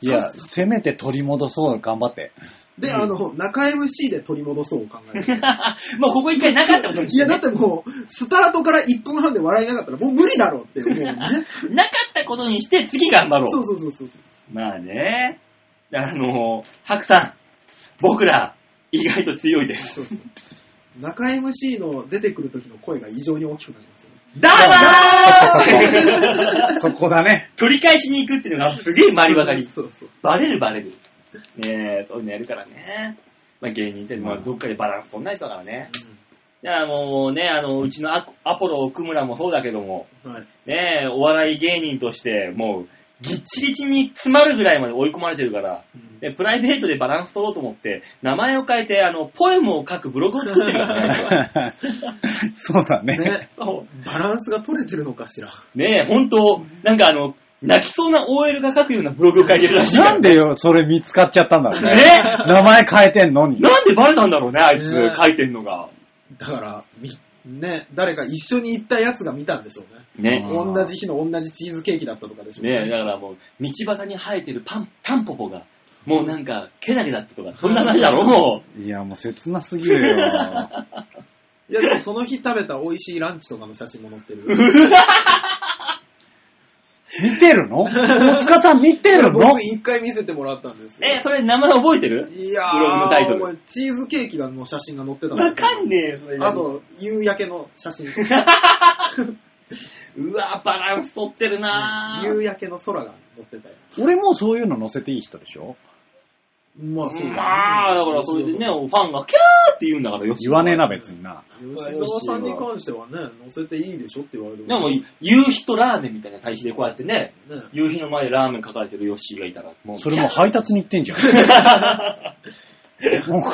D: いや、せめて取り戻そう頑張って。
C: で、あの、中 MC で取り戻そうを考 える。
B: もうここ一回なかったことに
C: い
B: して、
C: や、
B: ね
C: だっ。てもう、スタートから1分半で笑いなかったら、もう無理だろうって思うね。
B: なかったことにして次頑張ろう。
C: そうそうそうそう。
B: まあね。あの、白さん、僕ら、意外と強いです。
C: そうそう中 MC の出てくる時の声が異常に大きくなりますよね。
B: だーばー
D: そこだね。
B: 取り返しに行くっていうのがすげえ周りばかり。
C: そうそう。
B: バレるバレる。ねえ、そういうのやるからね。まあ芸人って、まあどっかでバランス取んない人だからね。だからもうね、あの、うちのアアポロ奥村もそうだけども、
C: うんはい。
B: ねえ、お笑い芸人として、もう、ぎっちぎちに詰まるぐらいまで追い込まれてるから、
C: うん
B: でプライベートでバランス取ろうと思って、名前を変えて、あの、ポエムを書くブログを作ってるからねあいつは。
D: そうだね。
C: ね、
B: そ
C: バランスが取れてるのかしら。
B: うねえ、本当なんかあの、泣きそうな OL が書くようなブログを書いてるらしいから
D: なんでよ、それ見つかっちゃったんだろうね。
B: ね
D: 名前変えてんの に。
B: なんでバレたんだろうね、あいつ、
C: ね
B: 書いてんのが。
C: だから、み、ね、誰か一緒に行ったやつが見たんでしょうね。
B: ね
D: あー
C: 同じ日の同じチーズケーキだったとかでしょう
B: ねえ、だからもう、道端に生えてるパン、タンポポが、もうなんか、けなげだったとか、そんな感じだろ、も
D: いや、もう切なすぎるよ。
C: いや、でもその日食べた美味しいランチとかの写真も載ってる。
D: 見てるの大塚さん見てるの
C: 僕一回見せてもらったんです
B: う。
C: よ。
B: え、それ名前覚えてる
C: いや
B: ブ
C: ー、
B: ログのタイトル
C: お前チーズケーキの写真が載ってた
B: わかん
C: ね
B: ねえよ、それ。
C: あ、と、夕焼けの 写真。
B: うわ、バランス取ってるなぁ。
C: 夕焼けの空が載ってたよ。
D: 俺もそういうの載せていい人でしょ
C: まあ、そうだ、ね。
B: まあ、だからそれでね、ファンがキャーって言うんだから、よし
D: 言わねえな、別にな。
C: 吉沢さんに関してはね、載せていいでしょって言われて
B: でも、夕日とラーメンみたいな対比でこうやってね、
C: ね、
B: 夕日の前でラーメン書かれてるヨッシーがいたら、もう、
D: それもう配達に行ってんじゃん。 なんか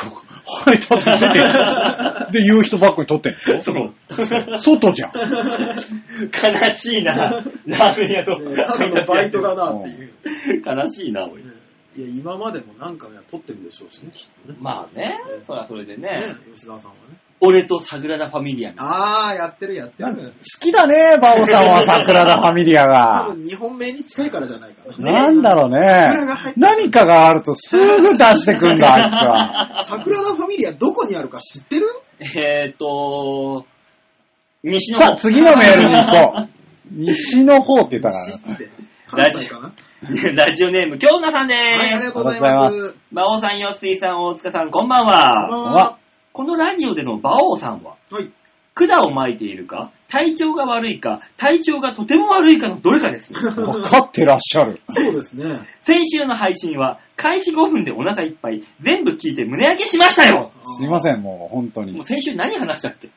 D: 配達に出て んで、夕日とバックに撮ってんでしょ
B: そう、
D: 外じゃん。
B: 悲しいな、ラーメン屋と。
C: ねただのバイトだなっていう。
B: 悲しいな、おい。
C: ねいや、今までもなんかね、撮ってるでしょうしね、きっとね。
B: まあね、そりゃそれでね
C: ね、吉沢さんはね。
B: 俺とサグラダ・ファミリアみたいな。
C: あー、やってるやって
D: なんか
C: る
D: 好。きだね、バオさんは桜田ファミリア
C: 多
D: が。
C: 分日本名に近いからじゃないかな。
D: なんだろう
C: 桜が入
D: ね
C: っ。て
D: 何かがあるとすぐ出してくんだ、あ
C: 桜田ファミリアどこにあるか知ってる
B: えーと、西
D: い
B: の
D: つは。さあ、
B: 方。
D: 次のメールに行こう。西の方って言ったから
C: 知
D: な。
C: って。関西かな
B: ラジオネーム、京奈さんで
C: はい、あり
B: す。
C: がとうございま
D: ありが
C: す。
B: 馬王さん、吉井さん、大塚さん、こんばんは。
D: は
B: このラジオでの馬王さんは、
C: はい。
B: 管を巻いているか、体調が悪いか、体調がとても悪いかのどれか です。
D: 分かってらっしゃる。
C: そうですね。
B: 先週の配信は、開始5分でお腹いっぱい、全部聞いて胸焼けしましたよ
D: すいません、もう本当
B: もう
D: に。
B: 先週何話したっけ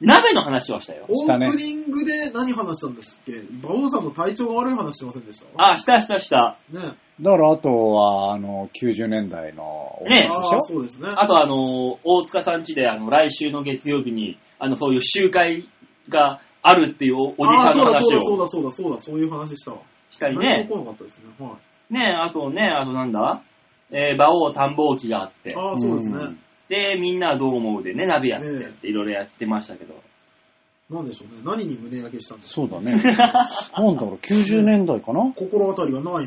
B: 鍋の話をしたよ。
C: オ
D: したね
C: ープニングで何話したんですっけ馬王さんの体調が悪い話してませんでした
B: あ、したしたした。
C: ね。
D: だからあとは、あの、90年代のお話
B: ね
D: でし
C: あー
D: ょ
C: そうですね。
B: あとあの、大塚さん家で、あの、来週の月曜日に、あの、そういう集会があるっていうおおじさんの話
C: そう
B: を
C: だそうだそうだそうだそういう話したわ。
B: したり
C: 何
B: ね。
C: も来なかったですね。は
B: ねあとね、あとなんだえー、馬王探訪機があって
C: い。、ああ、そうですね。
D: うん
B: で、みんなはどう思うでね、鍋やって、
C: ね
B: いろいろやってましたけど。
C: なんでしょうね。何に胸焼けしたんですか
D: そうだね。なんだろう、90年代かな
C: 心当たりがないな。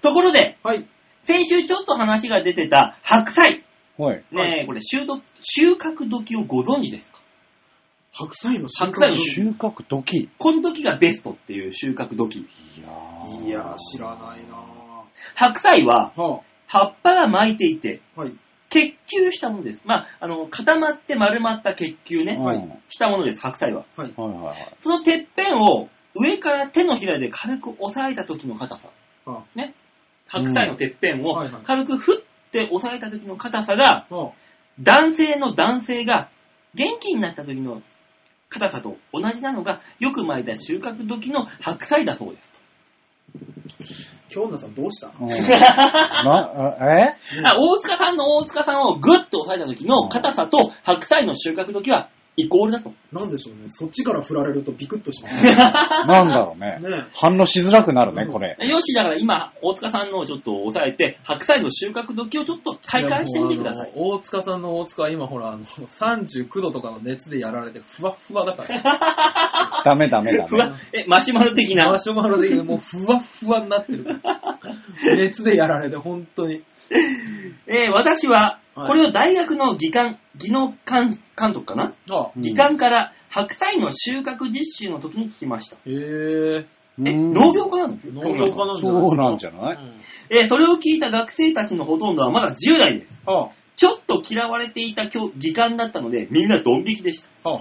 B: ところで、
C: はい。
B: 先週ちょっと話が出てた白菜。
D: はい。
B: ねえ、これ収穫、収穫時をご存知ですか
F: 白菜の収
B: 白菜
F: 穫
B: の
D: 収穫時。
B: この時がベストっていう収穫時。
D: いやー。
F: いやー、知らないな
B: 白菜は
F: ぁ。は
B: 葉っぱが巻いていて、
F: あ、はい。
B: 結球したものです。まあ、あの、固まって丸まった結球ね、
D: はい。
B: したものです、白菜は。
D: はいはいはい。
B: そのてっぺんを上から手のひらで軽く押さえた時の硬さ。
F: は
B: ね。白菜のてっぺん
F: うん
B: を
F: はいはい
B: 軽くふって押さえた時の硬さが、
F: あ、は
B: 男性の男性が元気になった時の硬さと同じなのが、よく巻いた収穫時の白菜だそうです。
F: あ。京奈さんどうした
D: うんなあえ
B: あ、大塚さんの大塚さんをグッと押さえた時の硬さと白菜の収穫時はイコールだと。
F: なんでしょうね。そっちから振られるとビクッとします ね。
D: なんだろうね。
F: ね
D: 反応しづらくなるね、これ。
B: よし、だから今、大塚さんのをちょっと押さえて、白菜の収穫時をちょっと体感してみてください。
C: やもうあの大塚さんの大塚は今ほら、あの、39度とかの熱でやられて、ふわっふわだ から。
D: ダメダメダ
B: ふ
D: メ。
B: わ、え、マシュマロ的な
C: マ。シュマロでもうふわっふわになってる。 熱でやられて、本当に。
B: えー私は、
C: はい
B: これを大学の技官、技能監監督かな、
C: あ、
D: うん
B: 技官から白菜の収穫実習の時に聞きました。
C: へえ。
B: え、
D: うん
B: 農業家なの
C: 農業家なんじゃない
D: そうなんじゃ
C: ゃ
D: ない
C: い
B: えーそれを聞いた学生たちのほとんどはまだ10代です。
C: あ、は
B: ちょっと嫌われていた教技官だったので、みんなドン引きでした。っ
C: あ、は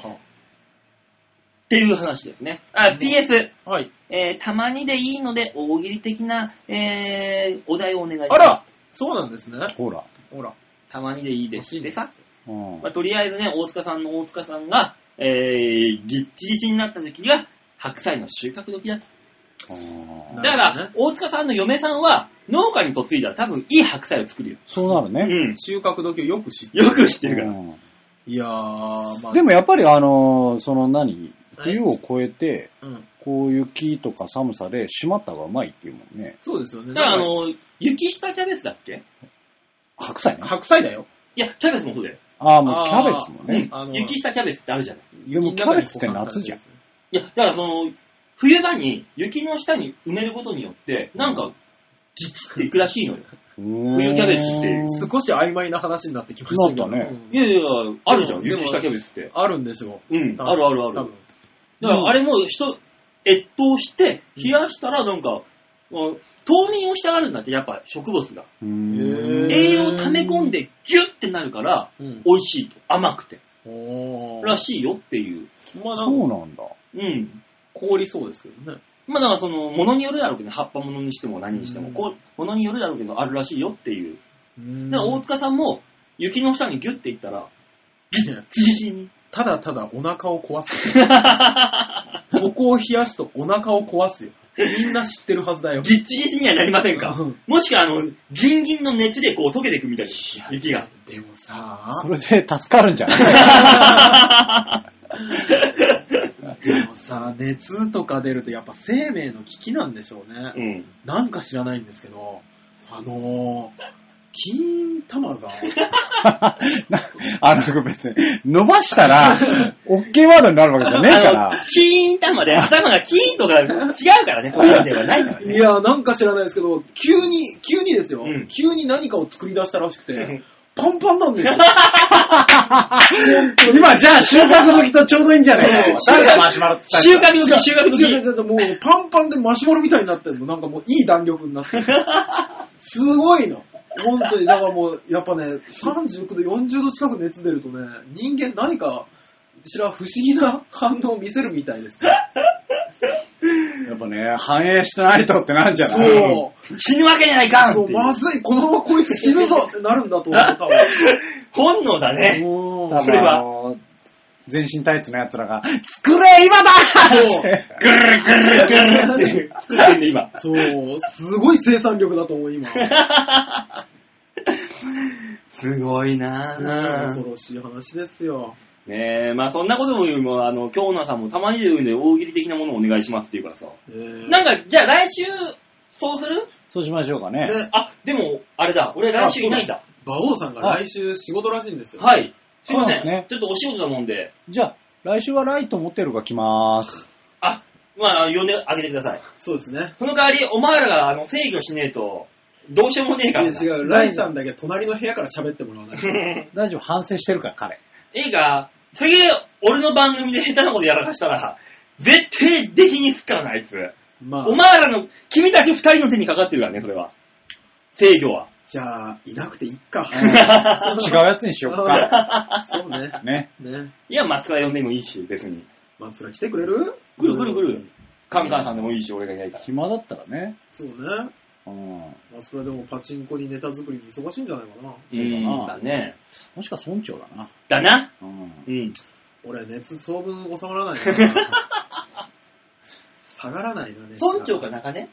B: ていう話ですね。あ、PS、
C: あ。はい。
B: えーたまにでいいので、大喜利的な、えーお題をお願いします。
C: あらそうなんですね。
D: ほら。
C: ほら。
B: たまにでいいです。でさ、
D: うん
B: まあとりあえずね、大塚さんの大塚さんが、えー、ぎっちぎちになった時が、白菜の収穫時だと。
D: あ
C: な
B: だ
D: ー
C: る
B: か
C: ほどね
B: ら、大塚さんの嫁さんは、農家に嫁いだら多分いい白菜を作るよ。
D: そうなる
B: う
D: ね。
B: ん。
C: 収穫時をよく知って。
B: よく知ってるから。
D: うん
C: いやー、まあ。
D: でもやっぱりあのー、その何
C: はい
D: 冬を越えて、
C: うん。
D: こう雪とか寒さで締まった方がうまいっていうもんね。
C: そうですよね。
B: だから、あ
C: なんか
B: の、雪下キャベツだっけ
D: 白菜ね。
C: 白菜だよ。
B: いや、キャベツもそうだよ。
D: ああ、もうキャベツもね。
C: あ
B: う
C: の
B: ん。雪下キャベツってあるじゃない。
D: でもキャベツって夏じゃん。
B: いや、だからその、冬場に雪の下に埋めることによって、なんか、ギチっていくらしいのよ。冬
D: 冬
B: キャベツって
C: 少し曖昧な話になってきましたけど。
D: なったね
C: うん
B: いやいや、あるじゃん、
C: でも
B: 雪下キャベツって。
C: あるんでしょ
B: うん
C: う。、
B: あるあるある。
C: 多分
B: だからあれも人、越冬して、冷やしたらなんか、あ冬眠をしたがるんだって、やっぱ植物が。
C: へー
B: 栄養を溜め込んでギュッてなるから、
C: うん。
B: 美味しいと。甘くて。
C: おー。
B: らしいよっていう。
C: まあな
D: そ
C: ん
D: う
C: か
D: なんだ。
B: うん。
C: 凍りそうですけどね。
B: まあだからその、ものによるだろうけど、葉っぱものにしても何にしても、
C: うん
B: こう、ものによるだろうけど、あるらしいよっていう。
C: うん
B: だから大塚さんも、雪の下にギュッていったら、
C: 自信に。ただただお腹を壊す。 ここを冷やすとお腹を壊すよ。みんな知ってるはずだよ。
B: ギッチギチにはなりませんか
C: うん
B: もしくは、あの、ギンギンの熱でこう溶けていくみたいな、雪が。
C: でもさ、
D: それで助かるんじ ゃない
C: でもさ、熱とか出るとやっぱ生命の危機なんでしょうね。
B: うん。
C: なんか知らないんですけど、あのー、金玉 が、
D: あの、別に、伸ばし たら、OK ワードになるわけじゃねえか
B: あの
D: ら。
B: キーン玉で頭がキーンとか違うからね、これではないから
C: い
B: ね。
C: や、なんか知らないですけど、急に、急にですよ、
B: うん
C: 急に何かを作り出したらしく
B: うん
C: て、パンパンなんですよ。
D: 今、じゃあ、収穫時とちょうどいいんじゃないか。誰がマシュマロっつ
B: 収穫時、収穫
C: 違う違う
B: 時。
C: 違う、もうパンパンでマシュマロみたいになってるの。なんかもういい弾力にな ってる。すごいの。本当に、だからもう、やっぱね、39度、40度近く熱出るとね、人間何か、知らん不思議な反応を見せるみたいですよ。
D: やっぱね、反映してないとってなんじゃ
C: そ。
D: ないう
B: 死ぬわけにはいかんっ
C: そ
B: て
C: う、
B: いう
C: まずい、このままこいつ死ぬぞってなるんだと思ったわ。
B: 本能だね。
C: も
D: 多
B: それ
D: 分、
B: は
D: あの全身タイツの奴らが、 作れ今 だって
B: ぐるぐるぐるって作ってんで今。
C: そう、すごい生産力だと思う、今。
B: すごいな
C: 恐
B: ぁ。
C: ろしい話ですよ。
B: ねえ、まあそんなことも言うも、あの、京奈さんもたまにで言うんで大喜利的なものをお願いしますって言うからさ。
C: えー
B: なんか、じゃあ来週、そうする
D: そうしましょうかね。
C: ね
B: あ、でも、あれだ、俺来週いないんだ。
C: 馬王さんが来週仕事らしいんですよ。
B: はい。すいま
D: そう
B: せ
D: です
B: ん
D: ね。
B: ちょっとお仕事だもんで。
D: じゃあ、来週はライト持ってるか来まーす。
B: あ、まあ、呼んであげてください。
C: そうですね。
B: その代わり、お前らが、あの、正義をしねえと、どうしようもねえからな。
C: 違う、ライさんだけ隣の部屋から喋ってもらわないと。
D: 大丈夫、反省してるから、 彼。
B: いいか、次、俺の番組で下手なことやらかしたら、絶対出禁にすっからな、あいつ。
C: まあ
B: お、前らの、君たち二人の手にかかってるからね、それは。制御は。
C: じゃあ、いなくていっか。
D: 違うやつにしよっか。
C: そうね。
D: ね。
C: ね。
B: いや、松田呼んでもいいし、別に。
C: まあ、それ来てくれる
B: ぐるぐるぐる。カンカンさんでもいいし、俺がいないから。
D: 暇だったらね。
C: そうね。
D: うん。
C: まあ、それでもパチンコにネタ作りに忙しいんじゃないかな。
B: う
D: うん
B: だね。
D: もしか村長だな。
B: だな。
D: うん。
B: うん。
C: 俺、熱当分収まらないから。下がらないな、熱が
B: 村長か。中根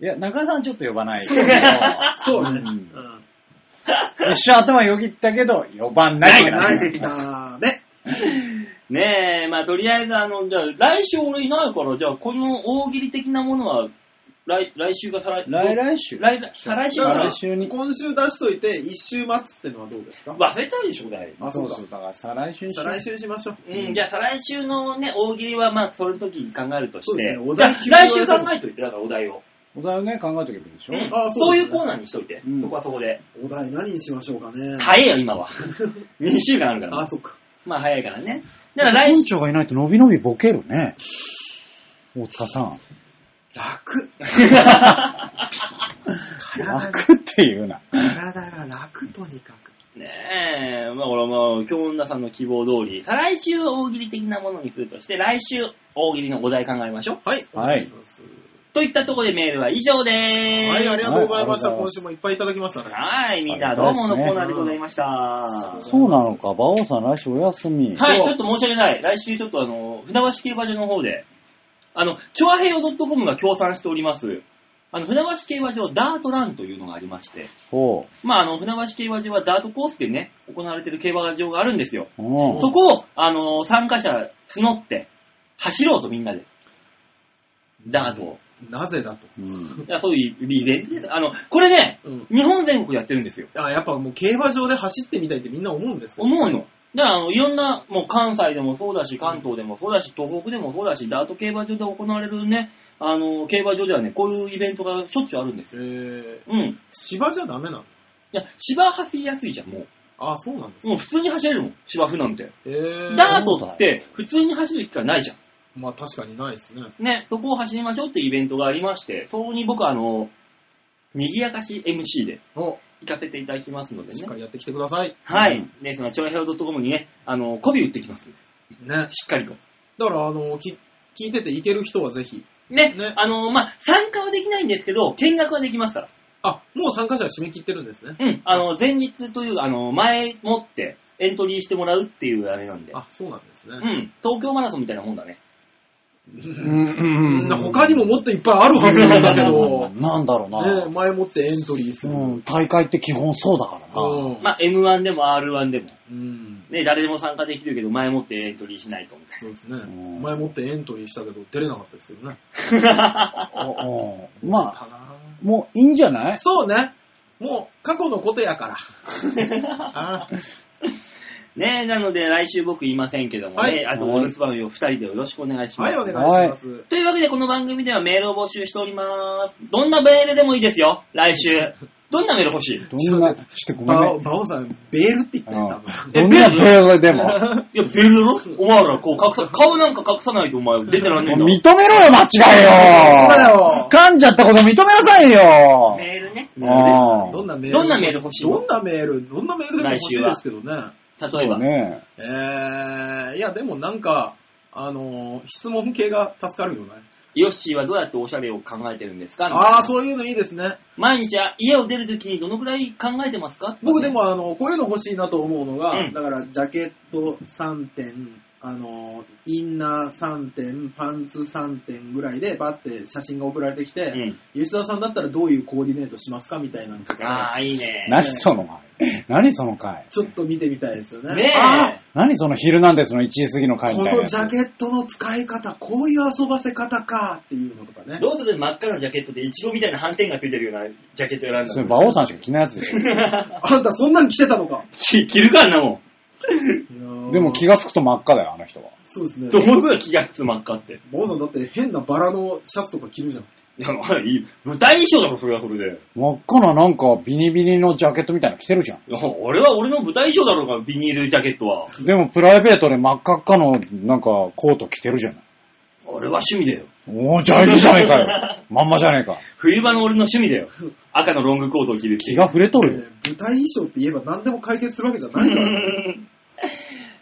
D: いや、中田さんちょっと呼ばない。
C: そうね。
D: うん
C: うん。
D: 一瞬頭よぎったけど、呼ばないか
C: な
D: らね
C: いダメ。
B: ねえ、まあとりあえず、あの、じゃあ、来週俺いないから、じゃあ、この大喜利的なものは、来、来週か再来、
D: 来来週。
B: 来来再来週かな
D: 来週に。
C: 今週出しといて、一週待つってのはどうですか
B: 忘れちゃうでしょ、お題。
C: あ、そうか。
D: だから再来週にしよ
C: 再
D: う
C: 来週にしましょう。
B: うん、じゃあ再来週のね、大喜利はまあ、その時に考えるとし
C: そうで
B: て。
C: すねお
B: じゃ
C: 題
B: あ
C: 急に
B: 来週考えといて、だからお題を。
D: お題をね、考えとけばいいでしょ。
B: うん
C: あ
B: そ
C: そうう
B: い
C: ですね
B: うコーナーにしといて
D: う。ん
B: そこはそこで。
C: お題何にしましょうかね。
B: 早いよ、今は。2週間あるか
C: あ、
B: ら。
C: そっか。
B: まあ早いからね。だから来
D: 村
B: 週、
D: 長がいないと伸び伸びボケるね。大塚さん。
C: 楽。
D: 楽って言うな。
C: 体が楽とにかく。
B: ねえ、まあ俺も、今日女さんの希望通り、再来週大喜利的なものにするとして、来週大喜利のお題考えましょう。
C: はい。お
D: はい
C: 願いします
B: といったところでメールは以上でーす。
C: はい、ありがとうございました。
D: はいありがとうございま
C: 今
D: す
C: 週もいっぱいいただきましたね。
B: はい、みんなどうものコーナーでございました。
D: そうなのか、馬王さん来週お休み。
B: はい、
C: そう
B: ちょっと申し訳ない。来週ちょっとあの、船橋競馬場の方で、あの、チョアヘヨ .com が協賛しております、あの、船橋競馬場ダートランというのがありまして、
D: そ
B: まあ、あの、船橋競馬場はダートコースでね、行われてる競馬場があるんですよ。
D: う。うん。
B: そこを、あの、参加者募って、走ろうとみんなで。ダートを。
C: なぜだと。
D: うん
B: いやそういうイベントです。あの、これね、
C: うん。
B: 日本全国やってるんですよ。
C: あ、やっぱもう競馬場で走ってみたいってみんな思うんですけど。
B: 思うの。だから、あの、いろんな、もう関西でもそうだし、関東でもそうだし、東北でもそうだし、ダート競馬場で行われるね、あの、競馬場ではね、こういうイベントがしょっちゅうあるんですよ。
C: えー、
B: うん。い
C: 芝じゃダメなの
B: や、芝走りやすいじゃん、も
C: あ、そうなんです
B: う。もう普通に走れるもん、芝生なんて。
C: えー、
B: ダートって、普通に走る機会ないじゃん。
C: まあ確かにないですね。
B: ね、そこを走りましょうっていうイベントがありまして、そこに僕、あの、賑やかし MC で
C: お、
B: 行かせていただきますので
C: しっか
B: ね。
C: りやってきてください。
B: は
D: う
B: い。で、その、長平 .com にね、あの、媚び打ってきますんで
C: ね。
B: しっかりと。
C: だから、あの、き聞いてていける人はぜひ。
B: ね、
C: ね
B: あのまあ、参加はできないんですけど、見学はできますから。
C: あ、もう参加者は締め切ってるんですね。
B: うん、あの、前日という、あの、前もってエントリーしてもらうっていうあれなんで。
C: あ、そうなんです
B: う
C: ね。
B: ん、東京マラソンみたいなもんだね。
C: うん他にももっといっぱいあるはずなんだけ ど、
D: うんなんだろう
C: ね、
D: な。
C: 前もってエントリーする。
D: うん、大会って基本そうだからな。
C: うん
B: まあ、M1 でも R1 でも。
C: うん。
B: ね、誰でも参加できるけど、前もってエントリーしないと。
C: そうですね
D: ん。
C: 前もってエントリーしたけど、出れなかったですけどね。
D: おうんまあ、
C: たなぁ
D: もういいんじゃない
C: そうね。もう、過去のことやから。あ
B: ね、なので来週僕いませんけどもね、
C: はい
B: あとお留守番を2人でよろしくお願いしま
C: は
B: す。
C: い、お願いします。
B: というわけで、この番組ではメールを募集しております。どんなメールでもいいですよ、来週。どんなメール欲しい
D: どんな、ちょっとごめん
C: バオ
D: ね。
C: バオさん、ベールって言ったよ、多分。
D: うんどんなプレゼでも。
B: いや、ベルロお前ら、こう、隠さ、顔なんか隠さないとお前、出てらんねえん
D: 認
B: だ。
D: めろよ、間違いよ。噛んじゃったこと認めなさいよ。
B: メールね。
D: ああ
C: どんなメール
B: どんなメール欲しい
C: どんなメールどんなメールでも欲しいですけどね。
B: 例えば。
D: ね
C: えー、いや、でもなんか、あのー質問系が助かるよね。
B: ヨッシーはどうやっておしゃれを考えてるんですか
C: ああ、
B: う。
C: そういうのいいですね。
B: 毎日、家を出るときにどのくらい考えてますか
C: 僕で。も、あの、こういうの欲しいなと思うのが、
B: うん
C: だから、ジャケット3点、あの、インナー3点、パンツ3点ぐらいで、バッて写真が送られてきて、
B: うん。
C: 吉田さんだったらどういうコーディネートしますかみたいなのと
B: あ
C: か、
B: あ、いいね
D: え。。何その回。何その回。
C: ちょっと見てみたいですよね。
B: ね
C: あー
B: え。
D: 何その昼なんですの1時過ぎの回
C: こ
D: みたいな
C: の
D: やつ。
C: ジャケットの使い方、こういう遊ばせ方かっていうのとかね。
B: どうする真っ赤なジャケットでイチゴみたいな斑点がついてるようなジャケット選んだの
D: それ、馬王 さんしか着ないやつでしょ。
C: あんたそんなん着てたのか。
B: き着るかあんなもん。
C: いやー
D: でも気
C: が。
D: がつくと真っ赤だよ、あの人は。
C: そうですね。
B: どういうことが気がつまっかって。
C: ボーさんだって変なバラのシャツとか着るじゃん。
B: いや、まあいい。舞台衣装だろ、それはそれで。
D: 真っ赤ななんかビニビニのジャケットみたいなの着てるじゃん。
B: いや俺は俺の舞台衣装だろうが、ビニールジャケットは。
D: でもプライベートで真っ赤っかのなんかコート着てるじゃない。
B: 俺は趣味だよ。
D: おー、じゃあいいじゃねえ かよ。まんまじゃねえか。
B: 冬場の俺の趣味だよ。赤のロングコートを着るってい
D: 気
B: う
D: が触れとるよ。
C: ね舞台衣装って言えば何でも解決するわけじゃないから。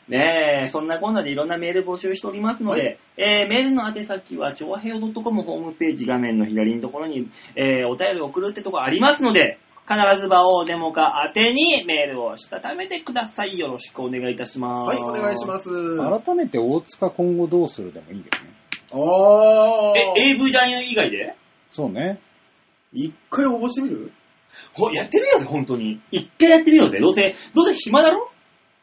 B: ねえ、そんなこんなでいろんなメール募集しておりますので、えーメールの宛先は、ちょわへよ .com ホームページ画面の左のところに、えーお便り送るってとこありますので、必ず場をデモか宛てにメールをしたためてください。よろしくお願いいたします。。
C: はい、お願いしますす。
D: 改めて大塚今後どうするでもいいよね。
C: あー。
B: え、AV 男優以外で
D: そうね。
C: 一回応募してみる
B: ほやってみようぜ、本当に。一回やってみようぜ。どうせ、どうせ暇だろ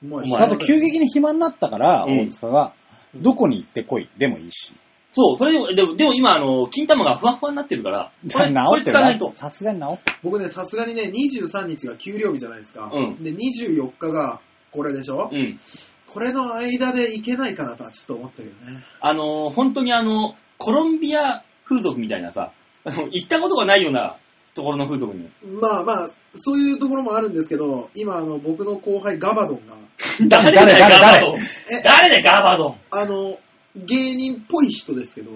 C: お前
B: お前
D: あと急激に暇になったから、
B: うん
D: 大塚が、どこに行ってこいでもいいし。
B: そう、それでも、でもでも今、あの、金玉がふわふわになってるから、こ
D: 治
B: れ、これ
D: って
B: 使わない
D: る
B: と
D: な。。さすがに治ってる。
C: 僕ね、さすがにね、23日が給料日じゃないですか。
B: うん
C: で、24日がこれでしょ、
B: うん。
C: これの間でいけないかなとはちょっと思ってるよね。
B: あのー、本当にあの、コロンビア風俗みたいなさ、あの行ったことがないようなところの風俗に。
C: まあまあ、そういうところもあるんですけど、今、あの、僕の後輩ガバドンが、
D: 誰
B: だよ
D: 誰
B: ガバ
D: 誰
B: ドン
C: え
B: 誰だよガバドン
C: あの、芸人っぽい人で すけど、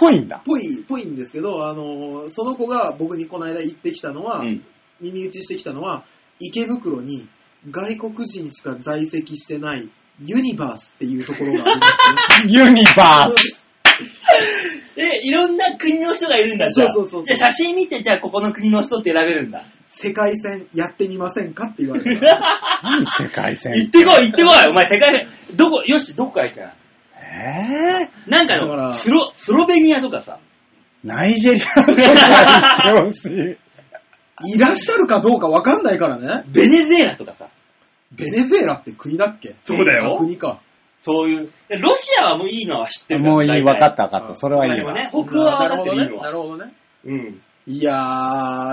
D: ぽいんだ。
C: ぽい、ぽいんですけど、あの、その子が僕にこの間行ってきたのは、
B: うん
C: 耳打ちしてきたのは、池袋に外国人しか在籍してないユニバースっていうところがありますね。
D: ユニ バース。
B: え、いろんな国の人がいるんだ、じゃあ。
C: そうそうそうそう
B: じゃあ写真見て、じゃあここの国の人って選べるんだ。
C: 世界戦やってみませんかって言われた。
D: 何世界線。
B: 行ってこい、行ってこいお前世界、どこ、よし、どこから行ったな
D: えー、
B: なんか
G: だか
B: の、
G: ら
B: スロ、スロベニアとかさ。
D: ナイジェリアとか 行ってほしい。
C: いらっしゃるかどうかわかんないから ね。
B: ベネズエラとかさ。
C: ベネズエラって国だっけ
B: そうだよ
C: あ国か。
B: そういう。でロシアはもういいのは知ってるから
D: もういい、
B: 大体
D: わかったわかった。それはい
B: まあ
D: い
B: でも
D: わ。
B: ね、北欧は
C: なる
B: だっ
C: ほ
B: てい
C: ど
B: い
C: ね。
B: の
C: な
B: は。
C: るほどね。
B: うん。
C: いや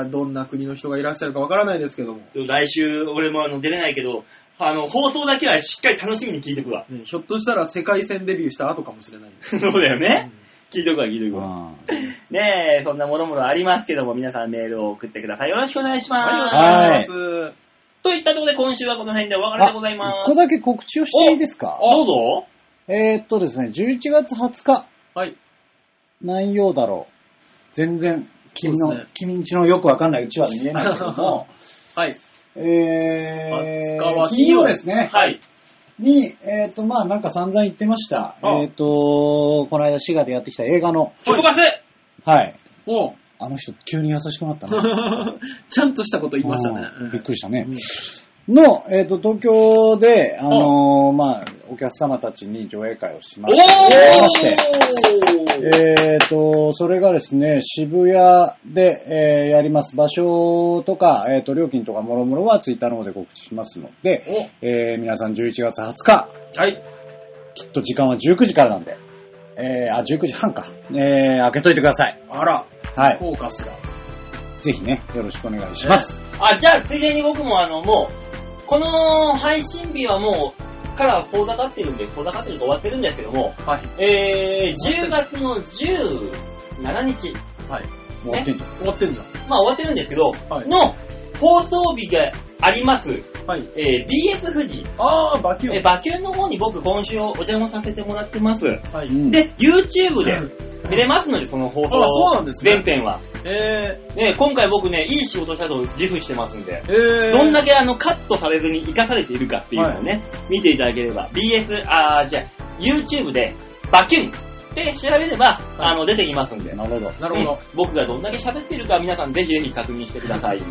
C: ー、どんな国の人がいらっしゃるかわからないですけども。。
B: ちょっと来週、俺もあの出れないけど、あの、放送だけはしっかり楽しみに聞いてくわ
C: ね、ひょっとしたら世界戦デビューした後かもしれない。
B: そうだよね。聞いてくわ、聞いてくわ。
D: うん
B: ねえ、そんなもろもろありますけども、皆さんメールを送ってください。よろしくお願いします。
D: はい
C: お願いします。
B: といったところで今週はこの辺でお別れでございま
D: あ
B: す
D: 一個。だけ告知をしていいですか
B: どうぞ。
D: えー、っとですね、11月20日。
C: はい。
D: 内容だろう。全然、君
C: そ
D: の、
C: うですね
D: 君んちのよくわかんないうちは見えないけども、
C: はい。
D: え
C: 20日は
D: ー、金曜ですね。
B: はい。
D: に、えー、っと、まあなんか散々言ってました。
B: あ
D: えー、っと、この間滋賀でやってきた映画の、
B: チョコパス
D: はい。
C: おう
D: あの人、急に優しくなったな。
C: ちゃんとしたこと言いましたね。
D: うんびっく
C: り。
D: りしたね。の、えっ、と、東京で、あのーまあ、お客様たちに上映会をしま
B: おー
D: しまして、
B: え
D: えっ、と、それがですね、渋谷で、えーやります。場所とか、えっ、と、料金とかもろもろはツイッターの方で告知しますので、えー皆さん11月20日、
C: はい。
D: きっと時間は19時からなんで、えーあ、19時半か、えー開けといてください。
C: あら、
D: はい。
C: こうかしら。
D: ぜひね、よろしくお願いします。
B: あ、じゃあ、ついでに僕もあの、もう、この配信日はもう、から遠ざかってるんで、遠ざかってると終わってるんですけども、
C: はい。
B: えー、10月の17日、
D: 終わってんじゃん。
C: 終わってんじゃん。
B: まあ終わってるんですけど、
C: はい
B: の放送日があります、
C: はい。
B: えー、BS 富士、
C: あー、バキュ
B: えー、
C: ー
B: 馬券の方に僕今週お邪魔させてもらってます。
C: ン。はい。
D: うん
B: で、YouTube で見れますので、その放送
C: あそうなんですね
B: 全編は。
C: え
B: ね、今回僕ね、いい仕事したと自負してますんで
C: ー、、えー、
B: どんだけあのカットされずに生かされているかっていうのをね、見ていただければ、BS、あーじゃあ YouTube で、バキュンって調べれば、あの、出てきますんで。
D: なるほど。
C: なるほど。
B: うん僕がどんだけ喋ってるか皆さんぜひぜひ確認してください。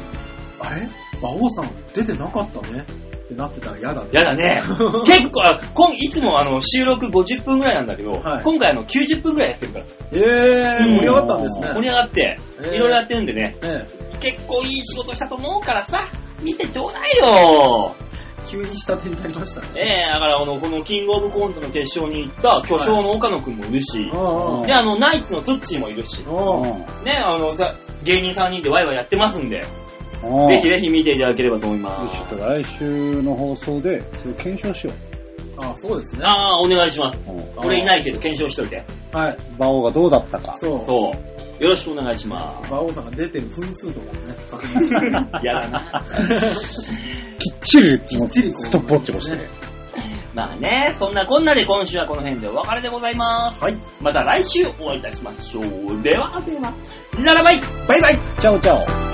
C: あれ馬王さん出てなかったねってなってたら嫌だね。
B: やだね。結構、あ今いつもあの収録50分ぐらいなんだけど、
C: はい
B: 今回あの90分ぐらいやってるから、
C: えー、
B: うん
C: 盛り上がったんですね。
B: 盛り上がって、
C: えー
B: いろいろやってるんでね、
C: え
B: 結構いい仕事したと思うからさ、見てちょうだいよ。
C: え急に下手になりましたね。
B: ええだからあの、このキングオブコントの決勝に行った巨匠の岡野くんもいるし、
C: あ
B: で、あの、ナイツのツッチーもいるし、
C: あ
D: うん
B: ね、あの、さ芸人3人でワイワイやってますんで、
D: うん
B: ぜひぜひ見ていただければと思いま
D: ち
B: す
D: ょっ。と来週の放送で、それ検証しよう。
C: あそうですね。
B: ああ、お願いします。
D: うん
B: 俺いないけど検証しといて。
C: はい。
D: 馬王がどうだったか。
C: そう。
B: そう。よろしくお願いしま
C: 馬王さんが出てる分数とかもね、確認 して。
B: す。やだな。
D: きっちり、もう
C: ちりこう
D: ストップウォッチをして。
B: まあね、そんなこんなで今週はこの辺でお別れでございます。
C: はい。
B: また来週お会いいたしましょう。ではでは、ならばい
D: バイバイチャオチャオ